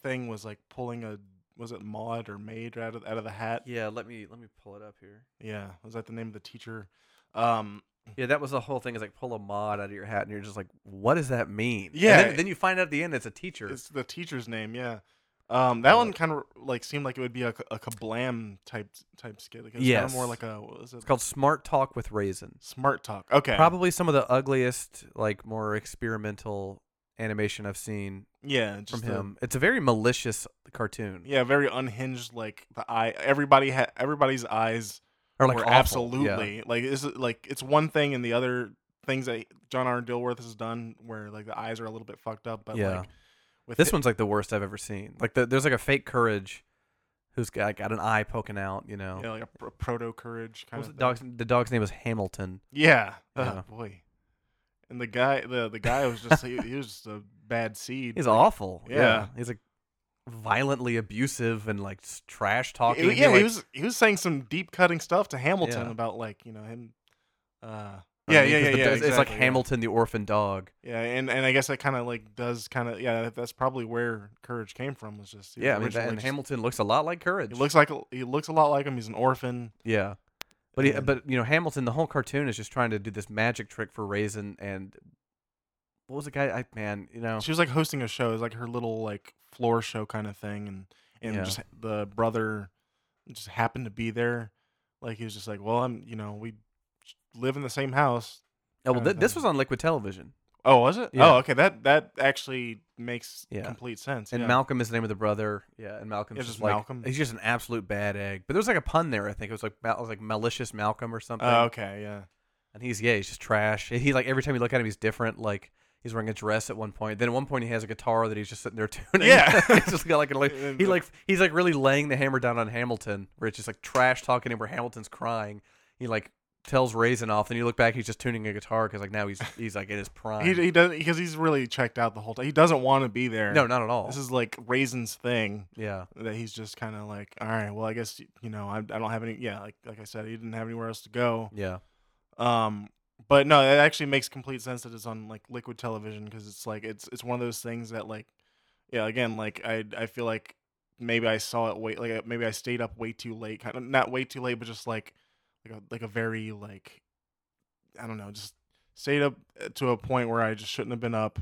thing was like pulling a was it maud or maid out of out of the hat yeah, let me let me pull it up here. yeah was that the name of the teacher um Yeah, that was the whole thing. Is like pull a mod out of your hat, and you're just like, what does that mean? And Yeah. then, then you find out at the end it's a teacher. it's the teacher's name yeah um that one Uh, kind of like seemed like it would be a, k- a kablam type type skit like it's kind of more Yes. like a what was it It's called Smart Talk with Raisin. smart talk okay Probably some of the ugliest, like more experimental animation I've seen yeah just from the- him. It's a very malicious cartoon. yeah very unhinged like the eye everybody had everybody's eyes Or like were awful, yeah. absolutely like is it like it's one thing and the other things that John R. Dilworth has done where like the eyes are a little bit fucked up, but Yeah. like with This hi- one's like the worst I've ever seen. Like the, there's like a fake courage, who's got, got an eye poking out. You know, yeah, like a, pr- proto courage What kind was of the thing. dog's the dog's name was Hamilton. Yeah, oh, Yeah. boy, and the guy the the guy was just he, he was just a bad seed. He's awful. Yeah. he's like violently abusive and like s- trash He- talking. yeah, he like- was he was saying some deep cutting stuff to Hamilton Yeah. about like you know him. Uh, I yeah, mean, yeah, yeah, 'cause the- yeah. It's, it's like exactly, yeah. Hamilton, the orphan dog. Yeah, and, and I guess that kind of like does kind of yeah. that- That's probably where courage came from. Was just he was Yeah, I mean, that- originally and just- Hamilton looks a lot like Courage. He looks like a- he looks a lot like him. He's an orphan. Yeah. But he, And- but you know Hamilton, the whole cartoon is just trying to do this magic trick for Raisin and what was the guy? I man, you know, She was like hosting a show. It was like her little like floor show kind of thing, and and Yeah. just the brother just happened to be there. Like he was just like, well, I'm you know we live in the same house. oh, well, kinda th- this thing. was on Liquid Television, Oh, was it? Yeah. Oh, okay. That that actually makes Yeah. complete sense. and yeah. Malcolm is the name of the brother. Yeah, and Malcolm's Yeah, just just like Malcolm. he's just an absolute bad egg. But there was like a pun there. I think it was like mal- it was like malicious Malcolm or something. Oh, okay. Yeah. And he's yeah, he's just trash. He like every time you look at him, he's different. Like he's wearing a dress at one point. Then at one point, he has a guitar that he's just sitting there tuning. Yeah. he's just got like, an, like And he the- like he's like really laying the hammer down on Hamilton, where it's just like trash talking him, where Hamilton's crying. He like tells Raisin off. Then you look back, he's just tuning a guitar because like now he's he's like in his prime. He, he doesn't because he's really checked out the whole time. He doesn't want to be there. no, not at all. This is like Raisin's thing. yeah, that he's just kind of like, all right, well, I guess you know, I, I don't have any. Yeah, like like I said, he didn't have anywhere else to go. yeah. Um, but no, it actually makes complete sense that it's on like liquid television because it's like it's it's one of those things that like, yeah, again, like I I feel like maybe I saw it wait like uh, maybe I stayed up way too late, kind of not way too late, but just like like a like a very like I don't know, just stayed up uh, to a point where I just shouldn't have been up.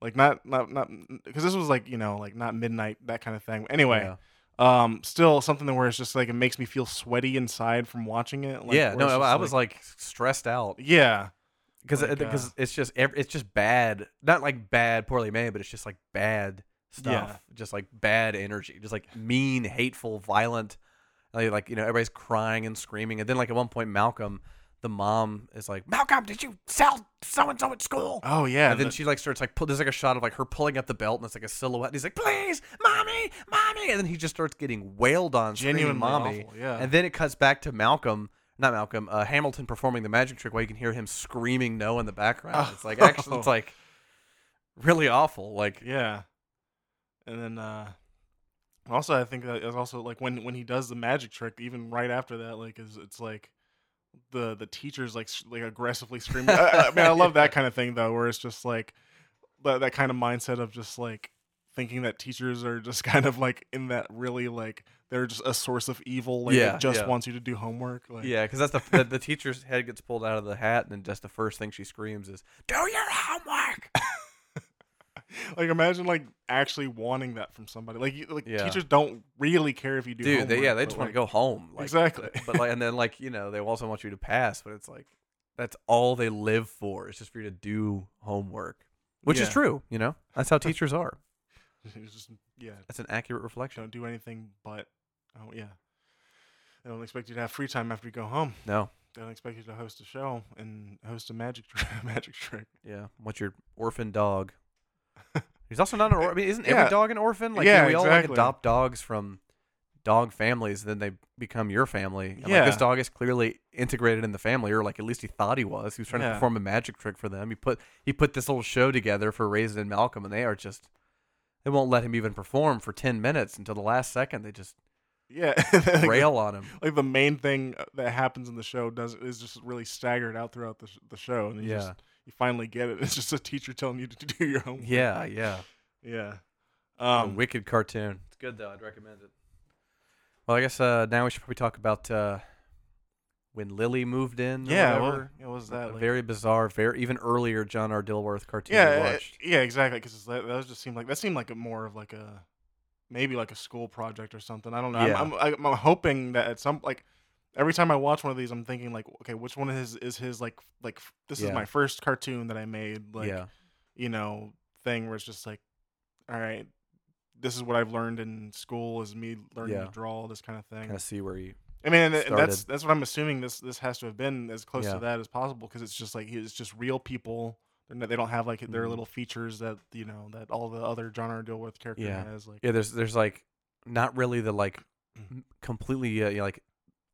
Like not not not because this was like you know like not midnight that kind of thing. Anyway, Yeah. um, still something where it's just like it makes me feel sweaty inside from watching it. Like, yeah, no, where it's I, just I was like stressed out yeah, because Like, because it's just ev- it's just bad, not like bad, poorly made, but it's just like bad stuff, just like bad energy, just like mean, hateful, violent. Like, like, you know, everybody's crying and screaming, and then like at one point, Malcolm, the mom is like, "Malcolm, did you sell so and so at school?" oh yeah, and then the- she like starts like pull, there's like a shot of like her pulling up the belt and it's like a silhouette. And he's like, "Please, mommy, mommy!" And then he just starts getting wailed on, genuine screaming, "Mommy!" mommy, yeah, And then it cuts back to Malcolm, not Malcolm, uh, Hamilton performing the magic trick while you can hear him screaming no in the background. It's like actually, it's Oh. like really awful. Like Yeah. And then uh also I think that is also like when when he does the magic trick even right after that like is it's like the the teacher's like s- like aggressively screaming. I, I mean I love that kind of thing though where it's just like that that kind of mindset of just like thinking that teachers are just kind of like in that really like they're just a source of evil like Yeah, that just yeah. wants you to do homework like yeah, because that's the, the the teacher's head gets pulled out of the hat, and then that's the first thing she screams is "Do your homework." like imagine like actually wanting that from somebody like you, like Yeah. teachers don't really care if you do Dude, they, yeah, homework, they but, just want like, to go home. Like, Exactly. But like, and then like you know, they also want you to pass, but it's like that's all they live for. It's just for you to do homework, which is Yeah. true. You know, that's how teachers are. It's just yeah, That's an accurate reflection. don't do anything but oh yeah. They don't expect you to have free time after you go home. No, They don't expect you to host a show and host a magic tr- magic trick. yeah, what's your orphan dog? He's also not an orphan. I mean, isn't Yeah. every dog an orphan? Like, Yeah, we all exactly. like adopt dogs from dog families, then they become your family. And, like, Yeah. this dog is clearly integrated in the family, or like at least he thought he was. He was trying to Yeah. perform a magic trick for them. He put he put this little show together for Raisin and Malcolm, and they are just they won't let him even perform for ten minutes until the last second. They just Yeah, like, rail on him. like the main thing uh, that happens in the show does is just really staggered out throughout the, sh- the show, and you Yeah. just you finally get it. It's just a teacher telling you to do your homework. Yeah, yeah. Yeah. A Um, wicked cartoon. It's good though. I'd recommend it. Well, I guess uh, now we should probably talk about uh, when Lily moved in. Or yeah, what, whatever. yeah, what was A that? Like, very bizarre, very even earlier John R. Dilworth cartoon. we yeah, uh, watched. yeah, exactly. Because that, that was just seemed like that seemed like a more of like a maybe like a school project or something. I don't know. Yeah. I'm, I'm, I'm I'm hoping that at some like every time I watch one of these, I'm thinking like, okay, which one is is his like like f- this Yeah. is my first cartoon that I made like yeah, you know thing where it's just like, all right, this is what I've learned in school is me learning Yeah. to draw this kind of thing. kind of see where you. I mean, and, and that's started. that's what I'm assuming this this has to have been as close Yeah. to that as possible because it's just like it's just real people. They're not, they don't have like their Mhm. little features that you know that all the other John R. Dilworth character Yeah. has. Like Yeah, there's there's like not really the like Mm. m- completely uh, you know, like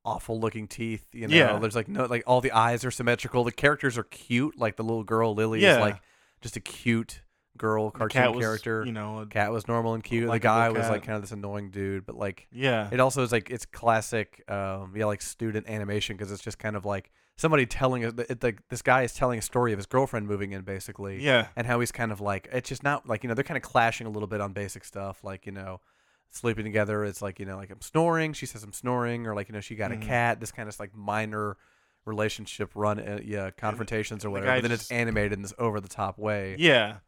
awful looking teeth. You know, Yeah. there's like no like all the eyes are symmetrical. The characters are cute. Like the little girl Lily is Yeah. like just a cute girl the cartoon cat was, character. you know, a- cat was normal and cute. The Likable guy was cat. like kind of this annoying dude, but like yeah, it also is like it's classic, um, yeah, like student animation because it's just kind of like somebody telling us it like this guy is telling a story of his girlfriend moving in basically, yeah, and how he's kind of like it's just not like you know they're kind of clashing a little bit on basic stuff like you know sleeping together. It's like you know like I'm snoring, she says I'm snoring, or like you know she got Mhm. a cat. This kind of like minor relationship run uh, yeah confrontations or the whatever. guy But then just- it's animated in this over the top way. yeah,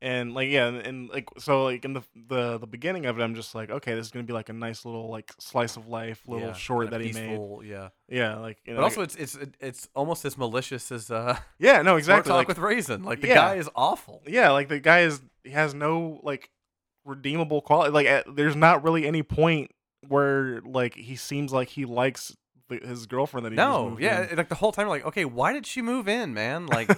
and like yeah, and, and like so like in the the the beginning of it, I'm just like, okay, this is gonna be like a nice little like slice of life little Yeah, short kinda that he made. peaceful, Yeah. Yeah, like you know, But like- also, it's it's it- it's almost as malicious as uh, yeah, no, exactly exactly. talk like- with Raisin. Like the Yeah. guy is awful. yeah, like the guy is he has no like redeemable quality. Like uh, there's not really any point where like he seems like he likes the, his girlfriend that he just No, moved yeah, in. it- like the whole time, like, okay, why did she move in, man? Like,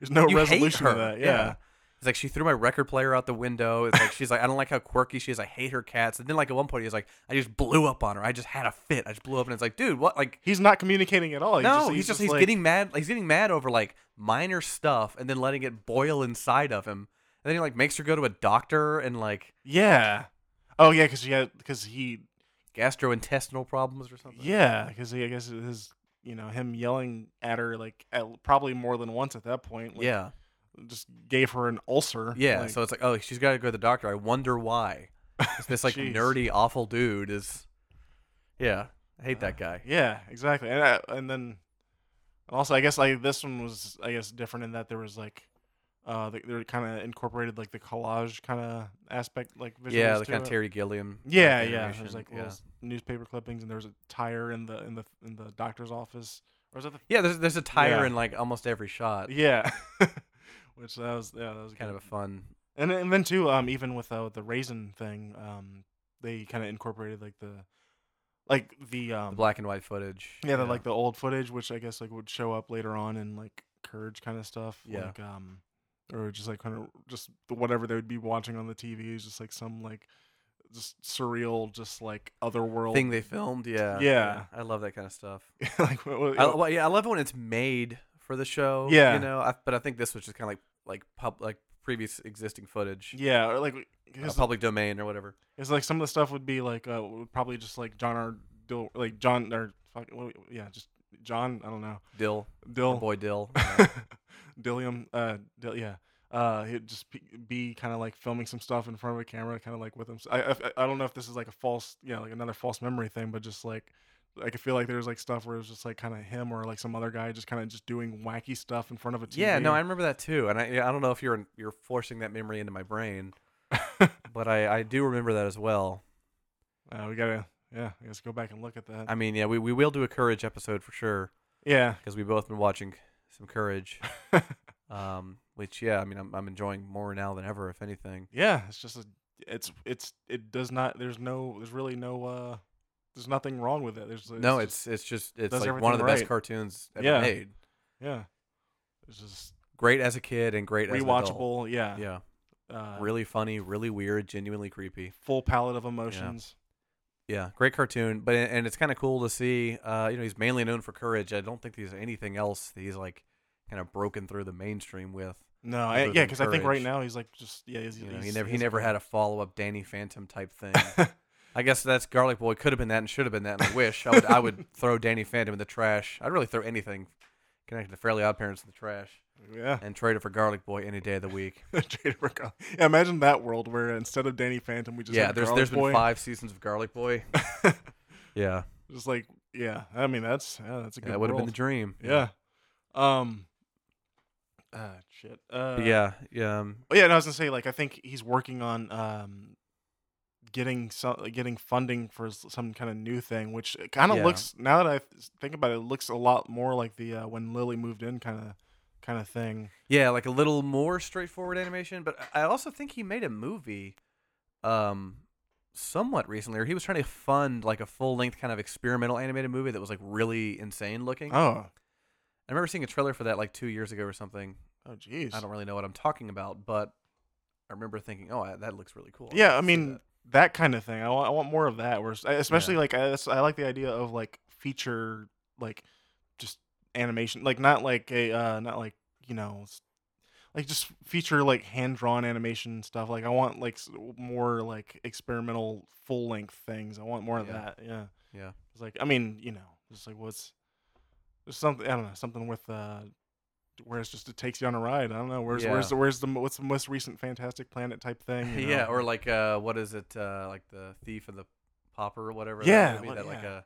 there's no you resolution hate to her. that. Yeah. it's like she threw my record player out the window. It's like she's like, I don't like how quirky she is. I hate her cats. And then like at one point, he's like, I just blew up on her. I just had a fit. I just blew up, and it's like, dude, what? Like, he's not communicating at all. He's no, just, he's, just, he's like, getting mad. He's getting mad over like minor stuff, and then letting it boil inside of him. And then he like makes her go to a doctor and like yeah. Oh yeah, because yeah, because he gastrointestinal problems or something. yeah, because I guess his you know him yelling at her like at, probably more than once at that point. Like, yeah. just gave her an ulcer. Yeah, like- so it's like, oh, she's got to go to the doctor. I wonder why. this like Jeez. nerdy, awful dude is. Yeah, I hate Uh, that guy. Yeah, exactly. And I, and then and also I guess like this one was I guess different in that there was like uh they, they kind of incorporated like the collage kind of aspect like visuals Yeah, the to kind it. of Terry Gilliam. type uh, Yeah, yeah. There's animation, like yeah. little s- newspaper clippings and there was a tire in the in the in the doctor's office. Or was that the Yeah, there's there's a tire Yeah. in like almost every shot. Yeah. Which that was yeah, that was Kind of a fun. And then- and then too, um, even with uh, the raisin thing, um, they kind of incorporated like the, like the um, The black and white footage. yeah, the, like the old footage, which I guess like would show up later on in like Courage kind of stuff. Yeah. Like, um, or just like kind of just the- whatever they would be watching on the TV is just like some like just surreal, just like otherworld thing they filmed. Yeah, Yeah. I love that kind of stuff. like what, what, I, well, yeah, I love it when it's made for the show. Yeah. you know. I, but I think this was just kind of like like pub like previous existing footage, yeah, or like uh, 'cause public domain or whatever. it's like some of the stuff would be like uh, would probably just like John or Dill, like John or fuck, what, yeah, just John. I don't know Dill, Dill. boy Dill. yeah. Dillium, uh, Dill, yeah, uh, he'd just be, be kind of like filming some stuff in front of a camera, kind of like with him. I, I- I don't know if this is like a false, you know, like another false memory thing, but just like I could feel like there was like stuff where it was just like kind of him or like some other guy just kind of just doing wacky stuff in front of a TV. Yeah, no, I remember that too, and I yeah, I don't know if you're you're forcing that memory into my brain, but I I do remember that as well. uh, we gotta, yeah, I guess go back and look at that. I mean, yeah, we we will do a courage episode for sure yeah, because we've both been watching some courage. Um, which yeah, I mean, I'm I'm enjoying more now than ever, if anything. yeah, it's just a, it's it's it does not. There's no, there's really no, uh, there's nothing wrong with it. There's no, it's just- it's just it's does like one of the everything best right. cartoons ever Yeah. made. yeah, it's just Great as a kid and great rewatchable. as Yeah, an adult. Yeah, Uh, really funny, really weird, genuinely creepy. full palette of emotions. Yeah, great cartoon, but and it's kind of cool to see. Uh, you know, he's mainly known for courage. I don't think there's anything else that he's like kind of broken through the mainstream with. No, I, Other yeah, than because I think right courage. now he's like just yeah, he's, You know, he he's- never he he's- never had a follow up Danny Phantom type thing. I guess that's Garlic Boy could have been that and should have been that. And I wish I would I would throw Danny Phantom in the trash. I'd really throw anything connected to Fairly Odd Parents in the trash yeah. and trade it for Garlic Boy any day of the week. Jada Raquel. Yeah, imagine that world where instead of Danny Phantom, we just yeah, had there's Garlic there's Boy. been five seasons of Garlic Boy. yeah, Just like yeah, I mean that's yeah, that's a good that would world. have been the dream. yeah. Um. Ah, shit. Uh, But yeah, yeah. Um, Oh, yeah, and I was gonna say like I think he's working on um getting some getting funding for s- some kind of new thing, which kind of Yeah. looks now that I th- think about it, it looks a lot more like the uh, when Lily moved in kind of kind of thing. yeah, like a little more straightforward animation. But I also think he made a movie, um, somewhat recently, or he was trying to fund like a full length kind of experimental animated movie that was like really insane looking. Oh, I remember seeing a trailer for that like two years ago or something. oh, jeez. I don't really know what I'm talking about, but I remember thinking, oh, I- that looks really cool. yeah, I wanna see mean that." that. kind of thing. I want I want more of that. Where s- I- especially like I, that's- I like the idea of like feature like just animation, like not like a uh, not like you know. s- Like just feature like hand drawn animation stuff. Like I want like s- more like experimental full length things. I want more of Yeah. that. Yeah. Yeah. It's like I mean you know it's like what's there's something I don't know something with uh where it's just it takes you on a ride. I don't know where's Yeah. where's the, where's the mo- what's the most recent Fantastic Planet type thing. you Yeah, know? or like uh, what is it? Uh, like the thief and the popper or whatever. that Yeah, movie, what- that, like yeah. a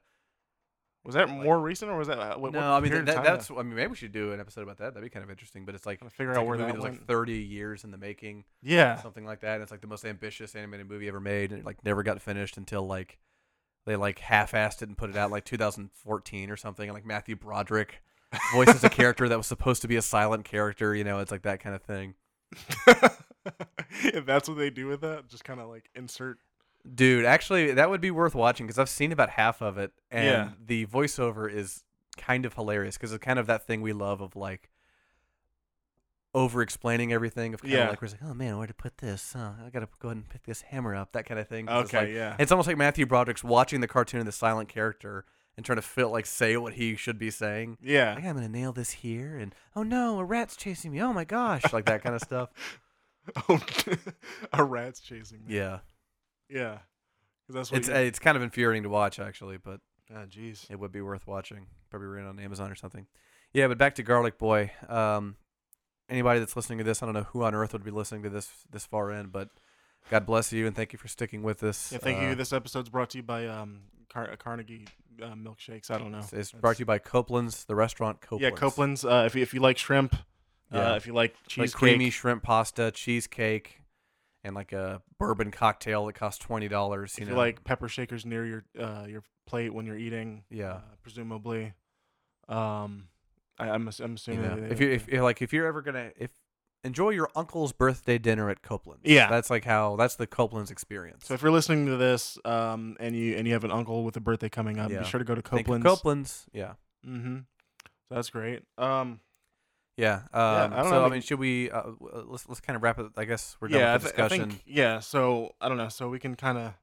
Was that Like- more recent or was that uh, what, no. what I mean period that, of that- time that's. I mean maybe we should do an episode about that. That'd be kind of interesting. But it's like Trying to figure it's like out a where movie that that's went. like 30 years in the making, yeah, something like that. And it's like the most ambitious animated movie ever made, and it like never got finished until like they like half-assed it and put it out in, like 2014 or something. And like Matthew Broderick voices a character that was supposed to be a silent character. You know, it's like that kind of thing. if that's what they do with that, just kind of like insert. Dude, actually, that would be worth watching because I've seen about half of it, and Yeah. the voiceover is kind of hilarious because it's kind of that thing we love of like over explaining everything. Of kind Yeah. of like we're just like, oh man, where to put this? Huh? I gotta go ahead and pick this hammer up. That kind of thing. 'cause it's Okay, like- yeah, it's almost like Matthew Broderick's watching the cartoon of the silent character and trying to feel like say what he should be saying. yeah. Like I'm gonna nail this here, and oh no, a rat's chasing me. Oh my gosh, like that kind of stuff. Oh, a rat's chasing me. Yeah, yeah. 'Cause that's what. it's uh, you- it's kind of infuriating to watch actually, but. Ah, jeez. it would be worth watching. Probably rent on Amazon or something. Yeah, but back to Garlic Boy. Um, anybody that's listening to this, I don't know who on earth would be listening to this this far in, but God bless you, and thank you for sticking with us. Yeah, thank Uh, you. This episode's brought to you by um, Car- Carnegie uh, milkshakes. I don't know. It's, it's brought to you by Copeland's, the restaurant Yeah, Copeland's. Copeland's. Uh, if you, if you like shrimp, Yeah. uh, if you like like cheesecake, creamy shrimp pasta, cheesecake, and like a bourbon cocktail that costs twenty dollars. if You you, know, like pepper shakers near your uh, your plate when you're eating, Yeah. uh, presumably. Um, I, I'm ass- I'm you assuming know, they- if they- you if you're like if you're ever gonna if enjoy your uncle's birthday dinner at Copeland's. Yeah. that's like how that's the Copeland's experience. So if you're listening to this, um, and you and you have an uncle with a birthday coming up, Yeah. be sure to go to Think of Copeland's. Copeland's, yeah, Mm-hmm. So that's great. Um, yeah. Um, I don't so know, I like- mean, should we? Uh, w- uh, let's let's kind of wrap it. I guess we're done yeah, with the I, th- I discussion. think yeah. So I don't know. So we can kind of.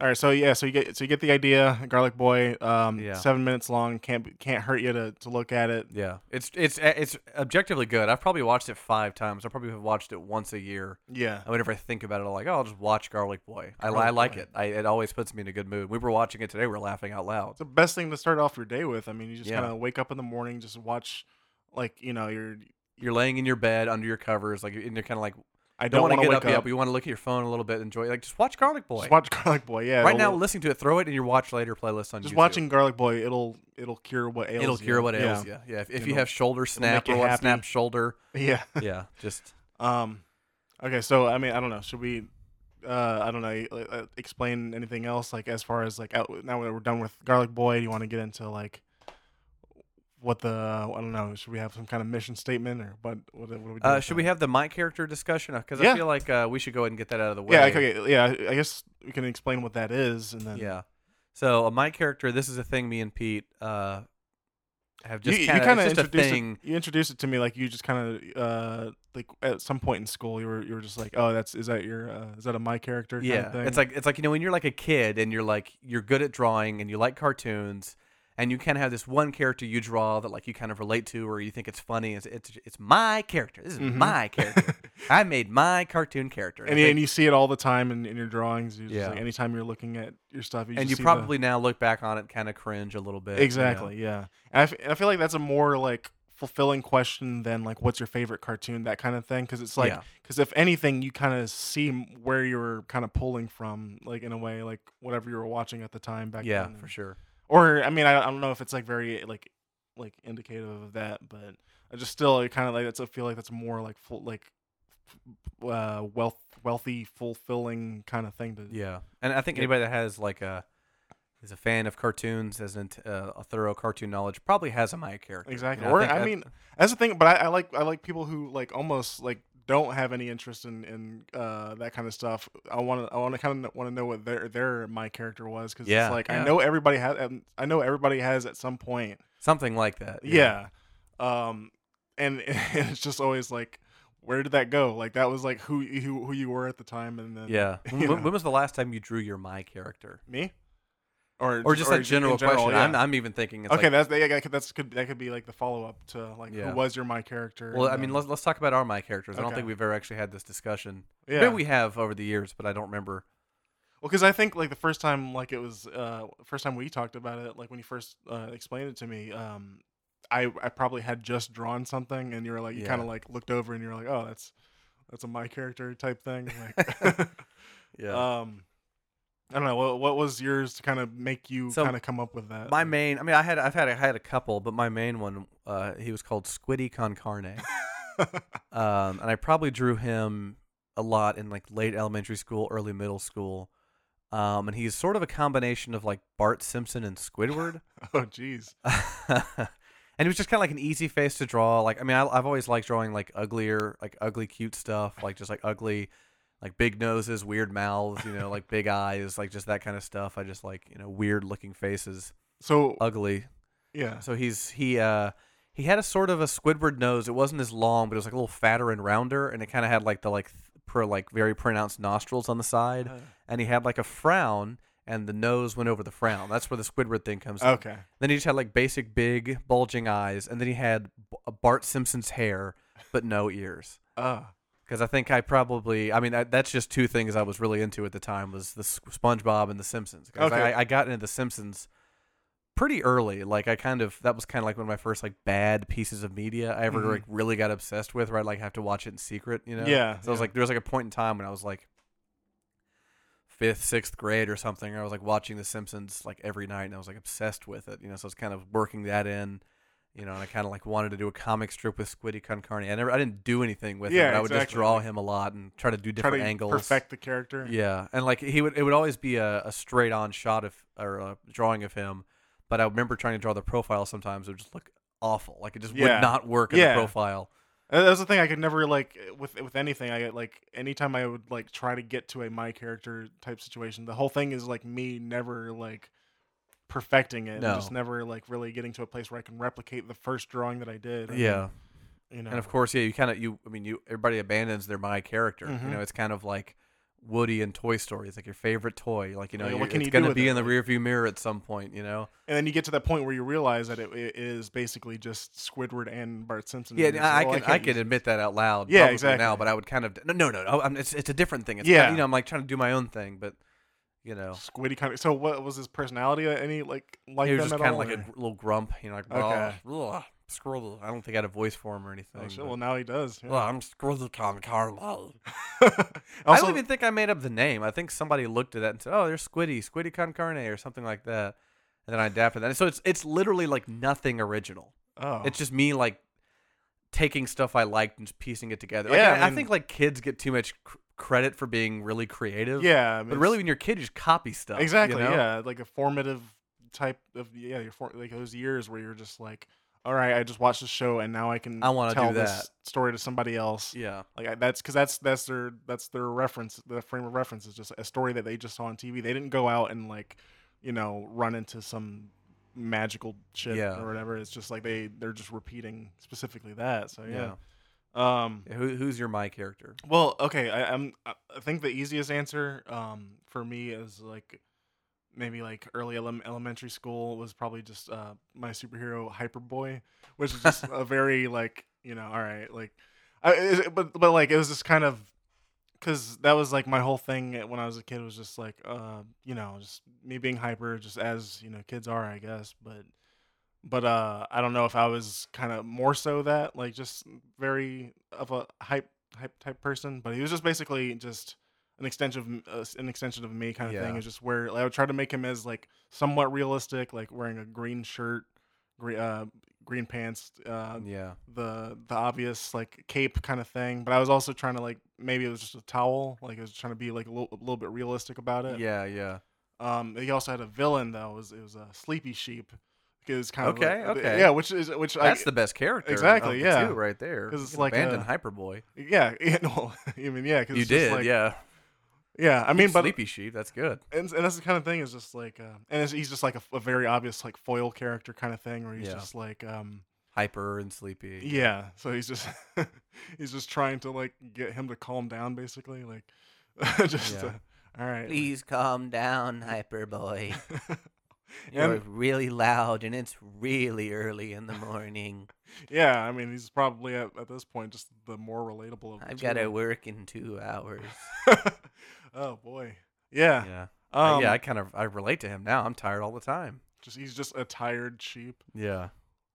All right. So yeah. So you get so you get the idea. Garlic Boy. Um, Yeah. seven minutes long. Can't be- can't hurt you to, to look at it. yeah, it's it's it's objectively good. I've probably watched it five times. I probably have watched it once a year. Yeah. I whenever I think about it, I'm like, oh, I'll just watch Garlic Boy. I, I Garlic like Boy. it. I, it always puts me in a good mood. We were watching it today. We are laughing out loud. It's the best thing to start off your day with. I mean, you just Yeah. kind of wake up in the morning, just watch, like you know, you're. You're laying in your bed under your covers, like, and you're kind of like, I don't don't, want to get want wake up, yet, but you want to look at your phone a little bit, enjoy. Like, just watch Garlic Boy Just watch Garlic Boy. Yeah. right now. it'll- Listen to it. Throw it in your watch later playlist on just YouTube. watching Garlic Boy, it'll it'll cure what ails. It'll cure you. what yeah. ails you. Yeah, if, if you It'll- have shoulder snap make or you what happy. snap shoulder. Yeah. Yeah, just Um, okay, so I mean, I don't know. Should we? Uh, I don't know. uh, Uh, explain anything else? Like as far as like out, now that we're done with Garlic Boy, do you want to get into like what the? I don't know. Should we have some kind of mission statement or what? What, what do we? Do uh, with should we that? have the my character discussion? Because Yeah. I feel like uh, we should go ahead and get that out of the way. Yeah. like, Okay. Yeah. I I guess we can explain what that is, and then Yeah. So uh, my character, this is a thing me and Pete uh, have You, just you kind kind of just a introduced thing. it. You introduced it to me like you just kind of uh like at some point in school you were you were just like oh that's is that your uh, is that a my character kind of Yeah, thing? it's like it's like you know when you're like a kid and you're like you're good at drawing and you like cartoons and you kind of have this one character you draw that like you kind of relate to or you think it's funny. It's it's, it's my character. This is Mhm. my character. I made my cartoon character. I and, you- think- and you see it all the time in, in your drawings. You just, Yeah. like, anytime you're looking at your stuff, you and just you see the- probably now look back on it kind of cringe a little bit. you know? exactly, yeah. And I, f- and I feel like that's a more like fulfilling question than like what's your favorite cartoon, that kind of thing. Because it's like, Yeah. because if anything, you kind of see m- where you're kind of pulling from, like in a way, like whatever you were watching at the time back Yeah, then. for sure. Or I mean, I, I don't know if it's like very like like indicative of that, but I just still kind of like that's I feel like that's more like full like f- uh wealth wealthy fulfilling kind of thing to Yeah, and I think Yeah. anybody that has like a is a fan of cartoons, has an, uh, a thorough cartoon knowledge, probably has a Maya character. Exactly. And or think I, mean, that's the thing. But I, I like I like people who like almost like don't have any interest in in uh, that kind of stuff. I want to I want to kind of want to know what their their my character was because Yeah, it's like yeah. I know everybody has and I know everybody has at some point. something like that. Yeah. Um, and, and it's just always like, where did that go? Like that was like who who who you were at the time, and then yeah. you When, know. when was the last time you drew your my character? me, or Or just that in general, question. yeah. I'm, I'm even thinking. It's okay, Like, that's yeah, that's could that could be like the follow up to like Yeah. who was your my character? well, and um, I mean, then- let's let's talk about our my characters. I don't Okay. think we've ever actually had this discussion. yeah. Maybe we have over the years, but I don't remember. Well, because I think like the first time, like it was uh first time we talked about it, like when you first uh, explained it to me, um, I I probably had just drawn something, and you were like you Yeah. kind of like looked over, and you were like, oh, that's that's a my character type thing. Like, um, I don't know what what was yours to kind of make you So, kind of come up with that. my Like, main. I mean, I had I've had I had a couple, but my main one. Uh, he was called Squiddy Con Carne. um, and I probably drew him a lot in like late elementary school, early middle school. Um, and he's sort of a combination of like Bart Simpson and Squidward, oh jeez. and it was just kind of like an easy face to draw. Like, I mean, I, I've always liked drawing like uglier, like ugly, cute stuff, like just like ugly, like big noses, weird mouths, you know, like big eyes, like just that kind of stuff. I just like you know weird looking faces, So ugly. yeah, So he's he uh he had a sort of a Squidward nose. It wasn't as long, but it was like a little fatter and rounder, and it kind of had like the like th- per like very pronounced nostrils on the side, Uh, and he had like a frown, and the nose went over the frown. That's where the Squidward thing comes. in. okay, Then he just had like basic big bulging eyes, and then he had B- Bart Simpson's hair, but no ears. uh, Because I think I probably, I mean, I, that's just two things I was really into at the time was the S- SpongeBob and the Simpsons. 'Cause Okay. I, I got into the Simpsons pretty early. Like I kind of that was kind of like one of my first like bad pieces of media I ever Mhm. like really got obsessed with. Where I like have to watch it in secret, you know. yeah. So I was yeah. like, there was like a point in time when I was like, fifth, sixth grade or something. I was like watching The Simpsons like every night, and I was like obsessed with it. You know, so I was kind of working that in. You know, and I kind of like wanted to do a comic strip with Squiddy Concarne. I never, I didn't do anything with Yeah, him. But I would just exactly. draw him a lot and try to do Try different to angles. perfect the character. Yeah, and like he would, it would always be a, a straight on shot of or a drawing of him. But I remember trying to draw the profile sometimes; it would just look awful. Like it just Yeah. would not work in the Yeah. profile. Uh, That was the thing I could never like eh, with with anything. I like anytime I would like try to get to a my character type situation. The whole thing is like me never like perfecting it. and No. Just never like really getting to a place where I can replicate the first drawing that I did. I mean, Yeah, you know. and of course, yeah, you kind of you. I mean, you everybody abandons their my character. You Mhm. know, it's kind of like Woody and Toy Story. It's like your favorite toy. Like you know, Yeah, you- what can it's you do gonna with be it? in the rearview mirror at some point. You know. and then you get to that point where you realize that it, it is basically just Squidward and Bart Simpson. Yeah, and it's I, I like, can well, I, Mm, can't can use- admit that out loud. Yeah, publicly exactly. Now, but I would kind of no no no. no I'm, it's it's a different thing. It's Yeah. kind you know, I'm like trying to do my own thing, but you know. Squiddy kind of. So what was his personality? uh, Any like like he was them just at kind of all, like a or- gr- little grump, you know, like Okay. "Ugh, ugh, scroll. I don't think I had a voice for him or anything. Oh, shit, but- well, now he does. yeah. "Ugh, I'm Squirrel Tom Carlo. I also, don't even think I made up the name. I think somebody looked at that and said, "Oh, there's Squiddy, Squiddy Con Carne, or something like that." And then I adapted that. so it's it's literally like nothing original. oh. It's just me like taking stuff I liked and just piecing it together. Like, Yeah, I, I I mean- think like kids get too much cr- credit for being really creative. yeah, I mean, but it's- really, when you're a kid, you just copy stuff. you Exactly. know? Yeah, like a formative type of yeah, your for, like those years where you're just like, all right, I just watched the show and now I can I wanna tell do this story to somebody else. Yeah. Like I, that's because that's that's their that's their reference. The frame of reference is just a story that they just saw on TV. They didn't go out and like, you know, run into some magical shit Yeah. or whatever. It's just like they they're just repeating specifically that. So Yeah. yeah. Um. Who, who's your my character? Well, okay, I, I'm. I I think the easiest answer, um, for me is like maybe like early elem- elementary school was probably just uh, my superhero Hyperboy, which is just a very like you know, all right, like, I, it, but but like it was just kind of because that was like my whole thing when I was a kid was just like uh, you know, just me being hyper, just as you know, kids are, I guess, but. But uh, I don't know if I was kind of more so that like just very of a hype hype type person, but he was just basically just an extension of m- uh, s- an extension of me kind of Yeah. thing. It's just where like, I would try to make him as like somewhat realistic, like wearing a green shirt, green, uh, green pants, uh, Yeah. the the obvious like cape kind of thing. But I was also trying to like maybe it was just a towel, like I was trying to be like a little, a little bit realistic about it. Yeah, yeah. Um, he also had a villain though. It was it was a sleepy sheep. Because kind Okay, of like- okay. yeah, which is which I, That's the best character. of Exactly, the yeah. two right there. 'Cause it's You like abandoned a- Hyperboy. yeah, yeah, no, I mean yeah, 'cause You it's just did, like- yeah. yeah. I mean, but Sleepy Sheep. That's good. and, and that's the kind of thing is just like uh, and it's, he's just like a, a very obvious like foil character kind of thing where he's Yeah. just like um Hyper and Sleepy. yeah so he's just he's just trying to like get him to calm down basically like just Yeah. uh, all right calm down, Hyperboy. You're And- really loud, and it's really early in the morning. yeah i mean he's probably at, at this point just the more relatable of the two. work in two hours. oh boy yeah Yeah, I- um yeah. I kind of I relate to him now. I'm tired all the time. just he's just a tired sheep Yeah,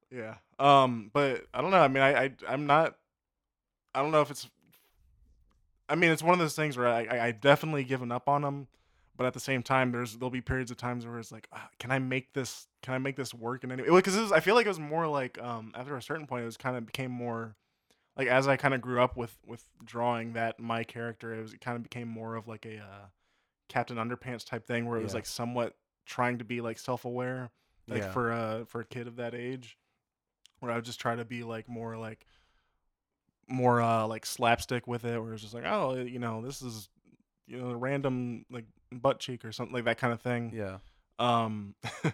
Yeah. Um, but I don't know. I mean, I, I I'm not. I don't know if it's. I mean, it's one of those things where I, I I definitely given up on them, but at the same time, there's there'll be periods of times where it's like, ah, can I make this? Can I make this work in any? Because I feel like it was more like um after a certain point, it was kind of became more like as I kind of grew up with with drawing that my character, it was it kind of became more of like a uh, Captain Underpants type thing where it was Yeah. like somewhat trying to be like self aware like yeah. for a for a kid of that age where i would just try to be like more like more uh like slapstick with it where it's just like oh you know this is you know a random like butt cheek or something like that kind of thing yeah. um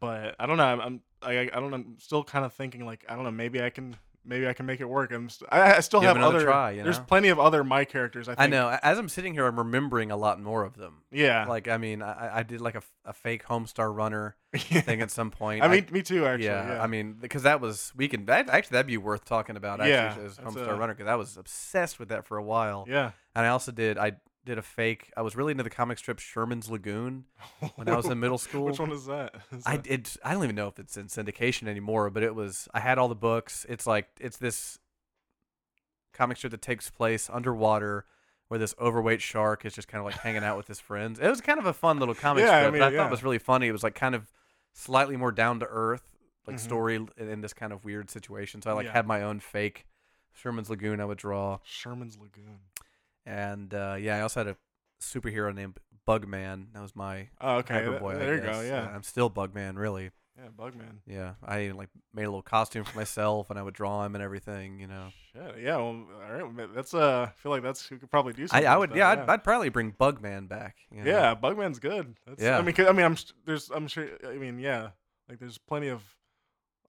but i don't know i'm, I'm I, I I don't know i'm still kind of thinking like i don't know maybe i can maybe i can make it work i'm st- I, I still Give have another other try, you there's know? plenty of other my characters i think I know. a- As I'm sitting here, I'm remembering a lot more of them. yeah Like, I mean, I, I- I did like a, f- a fake Homestar Runner thing at some point. i mean me too actually yeah, yeah, I mean, because that was we can that actually that'd be worth talking about. Actually, Yeah, as that's Homestar a- Runner because I was obsessed with that for a while. yeah And I also did I did a fake. I was really into the comic strip Sherman's Lagoon when I was in middle school. which one is that Is I that- did. I don't even know if it's in syndication anymore, but it was. I had all the books. It's like it's this comic strip that takes place underwater where this overweight shark is just kind of like hanging out with his friends. It was kind of a fun little comic Yeah, I strip mean, that I yeah. thought was really funny. It was like kind of slightly more down to earth like Mhm. story in, in this kind of weird situation. So I like Yeah. had my own fake Sherman's Lagoon I would draw, Sherman's Lagoon. and uh, yeah, I also had a superhero named Bugman. That was my Oh, okay. Hyper th- Boy. I there you go. guess. Yeah. I'm still Bugman, really. Yeah, Bugman. Yeah, I even like made a little costume for myself, and I would draw him and everything. You know, Shit. Yeah. Well, all right. well, That's uh. I feel like that's who could probably do. I, Something I with would, that, yeah, I'd, I'd probably bring Bugman back. You know? Yeah, Bugman's good. That's, I Yeah. mean, 'cause- I mean, I'm s- there's, I'm sure. I mean, yeah, like there's plenty of,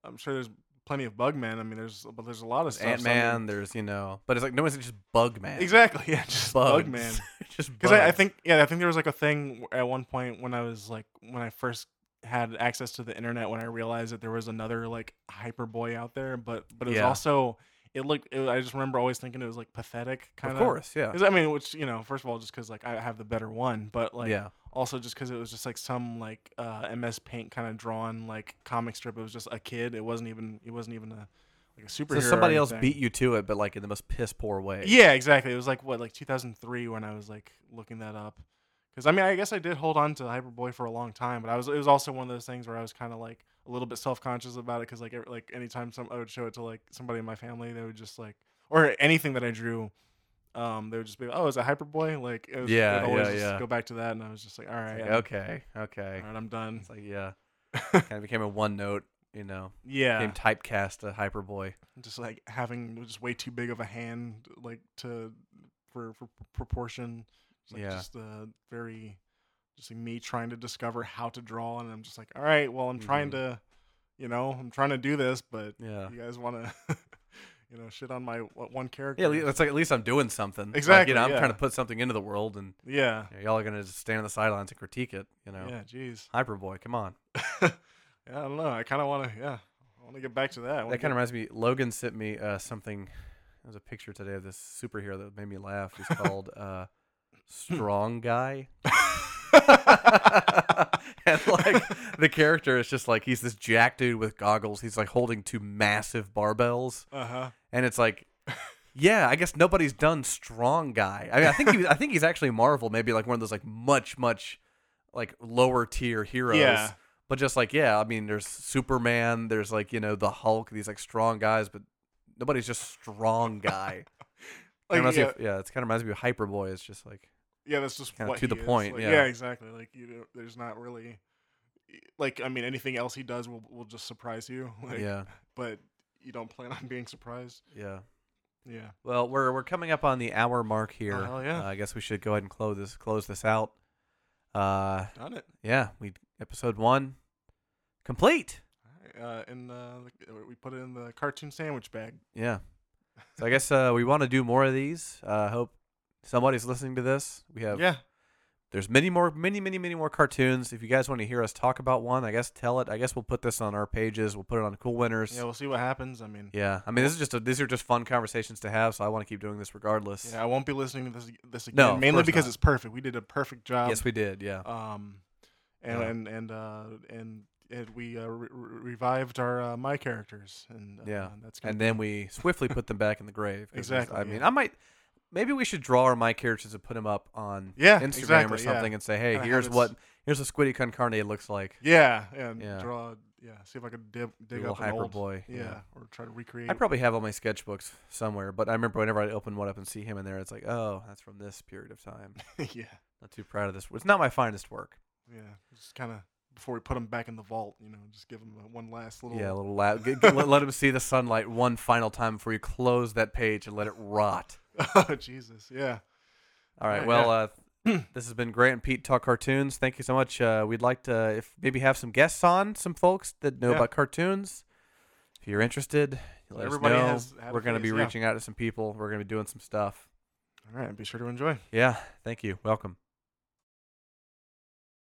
I'm sure there's plenty of Bugman. I mean, there's, but there's a lot of stuff. so I mean- Ant Man. There's you know, but it's like no one's just Bugman. Exactly. Yeah, just Bugs. Bugman. just Because I, I bugs. think, yeah, I think there was like a thing w- at one point when I was like, when I first had access to the internet, when I realized that there was another like Hyperboy out there, but but it was Yeah. also. It looked. It, I just remember always thinking it was like pathetic, kind of course, yeah, I mean, which you know, first of all, just because like I have the better one, but like yeah, also just because it was just like some like uh, MS Paint kind of drawn like comic strip. It was just a kid. It wasn't even it wasn't even a like a superhero. so or somebody else anything. beat you to it, but like in the most piss poor way. Yeah, exactly. It was like what like 2003 when I was like looking that up. Because I mean, I guess I did hold on to Hyperboy for a long time, but I was it was also one of those things where I was kind of like a little bit self conscious about it because like every, like anytime some I would show it to like somebody in my family, they would just like or anything that I drew. Um, they would just be like, "Oh, is it Hyperboy?" Like, it was, Yeah, it'd always yeah, just yeah. Go back to that, and I was just like, "All right, It's like, I'm- okay, okay. all right, I'm done." It's like yeah, kind of became a one note. You know, Yeah, became typecast a hyper boy. just like having just way too big of a hand, like to for for p- proportion. It's like Yeah. just uh, very just like me trying to discover how to draw, and I'm just like, all right, well, I'm trying Mhm. to, you know, I'm trying to do this, but Yeah. you guys want to, you know, shit on my o- one character. Yeah, at lea- it's like at least I'm doing something. Like, Exactly, you know, I'm yeah. trying to put something into the world, and yeah, you all are gonna just stand on the sidelines and critique it. You know, yeah, jeez. Hyperboy, come on. yeah, I don't know. I kind of want to, yeah, I want to get back to that. I wanna That kind get- of reminds me. Logan sent me uh, something. There was a picture today of this superhero that made me laugh. He's called uh, Strong Guy. and like the character is just like he's this jack dude with goggles. He's like holding two massive barbells, uh-huh. and it's like, yeah, I guess nobody's done Strong Guy. I mean, I think he, I think he's actually Marvel, maybe like one of those like much much like lower tier heroes. Yeah. But just like, yeah, I mean, there's Superman, there's like, you know, the Hulk, these like strong guys, but nobody's just strong guy. Kinda Like, reminds me yeah, of- yeah, it's kind of reminds me of Hyperboy. It's just like, yeah, that's just Kinda what to the he is. point, Like, yeah. exactly. Like you, don't- there's not really, like I mean, anything else he does will will just surprise you. Like, yeah, But you don't plan on being surprised. yeah. Yeah. Oh, Well, we're we're coming up on the hour mark here. hell Uh-huh, yeah. Uh, I guess we should go ahead and close this close this out. Uh, Done it. yeah, we episode one complete. All right, Uh, in uh, the- we put it in the cartoon sandwich bag. Yeah. So I guess uh, we want to do more of these. Uh, I hope somebody's listening to this. We have Yeah. There's many more, many, many, many more cartoons. If you guys want to hear us talk about one, I guess tell it. I guess we'll put this on our pages. We'll put it on Cool Winners. Yeah. Yeah, We'll see what happens. I mean. I mean, this is just a, these are just fun conversations to have. So I want to keep doing this regardless. Yeah. I won't be listening to this this again. No, of mainly course because not. it's perfect. We did a perfect job. yes, we did. Yeah, Um, and Yeah. and and uh and. And we uh, re- re- revived our uh, my characters, and uh, Yeah. that's gonna and be- then we swiftly put them back in the grave. 'cause it's- Exactly, I mean, yeah. I might, maybe we should draw our my characters and put them up on yeah, Instagram or exactly, yeah. something and say, hey, Kinda have here's its- what here's what Squiddy Con Carne looks like. Yeah, yeah, and Yeah. draw. Yeah, see if I could dip, dig little up an old. Hyperboy, Yeah, yeah. or try to recreate. I probably have all my sketchbooks somewhere, but I remember whenever I open one up and see him in there, it's like, oh, that's from this period of time. yeah, Not too proud of this. It's not my finest work. yeah. Just kind of before we put them back in the vault, you know, just give them one last little. Yeah, a little loud. G- g- let, let him see the sunlight one final time before you close that page and let it rot. oh Jesus, yeah. All right. Yeah, Well, uh, this has been Grant and Pete talk cartoons. Thank you so much. Uh, we'd like to if maybe have some guests on, some folks that know Yeah. about cartoons. If you're interested, let Everybody us know. has had a We're going to be phase, yeah. reaching out to some people. We're going to be doing some stuff. All right, be sure to enjoy. Yeah. Thank you. Welcome.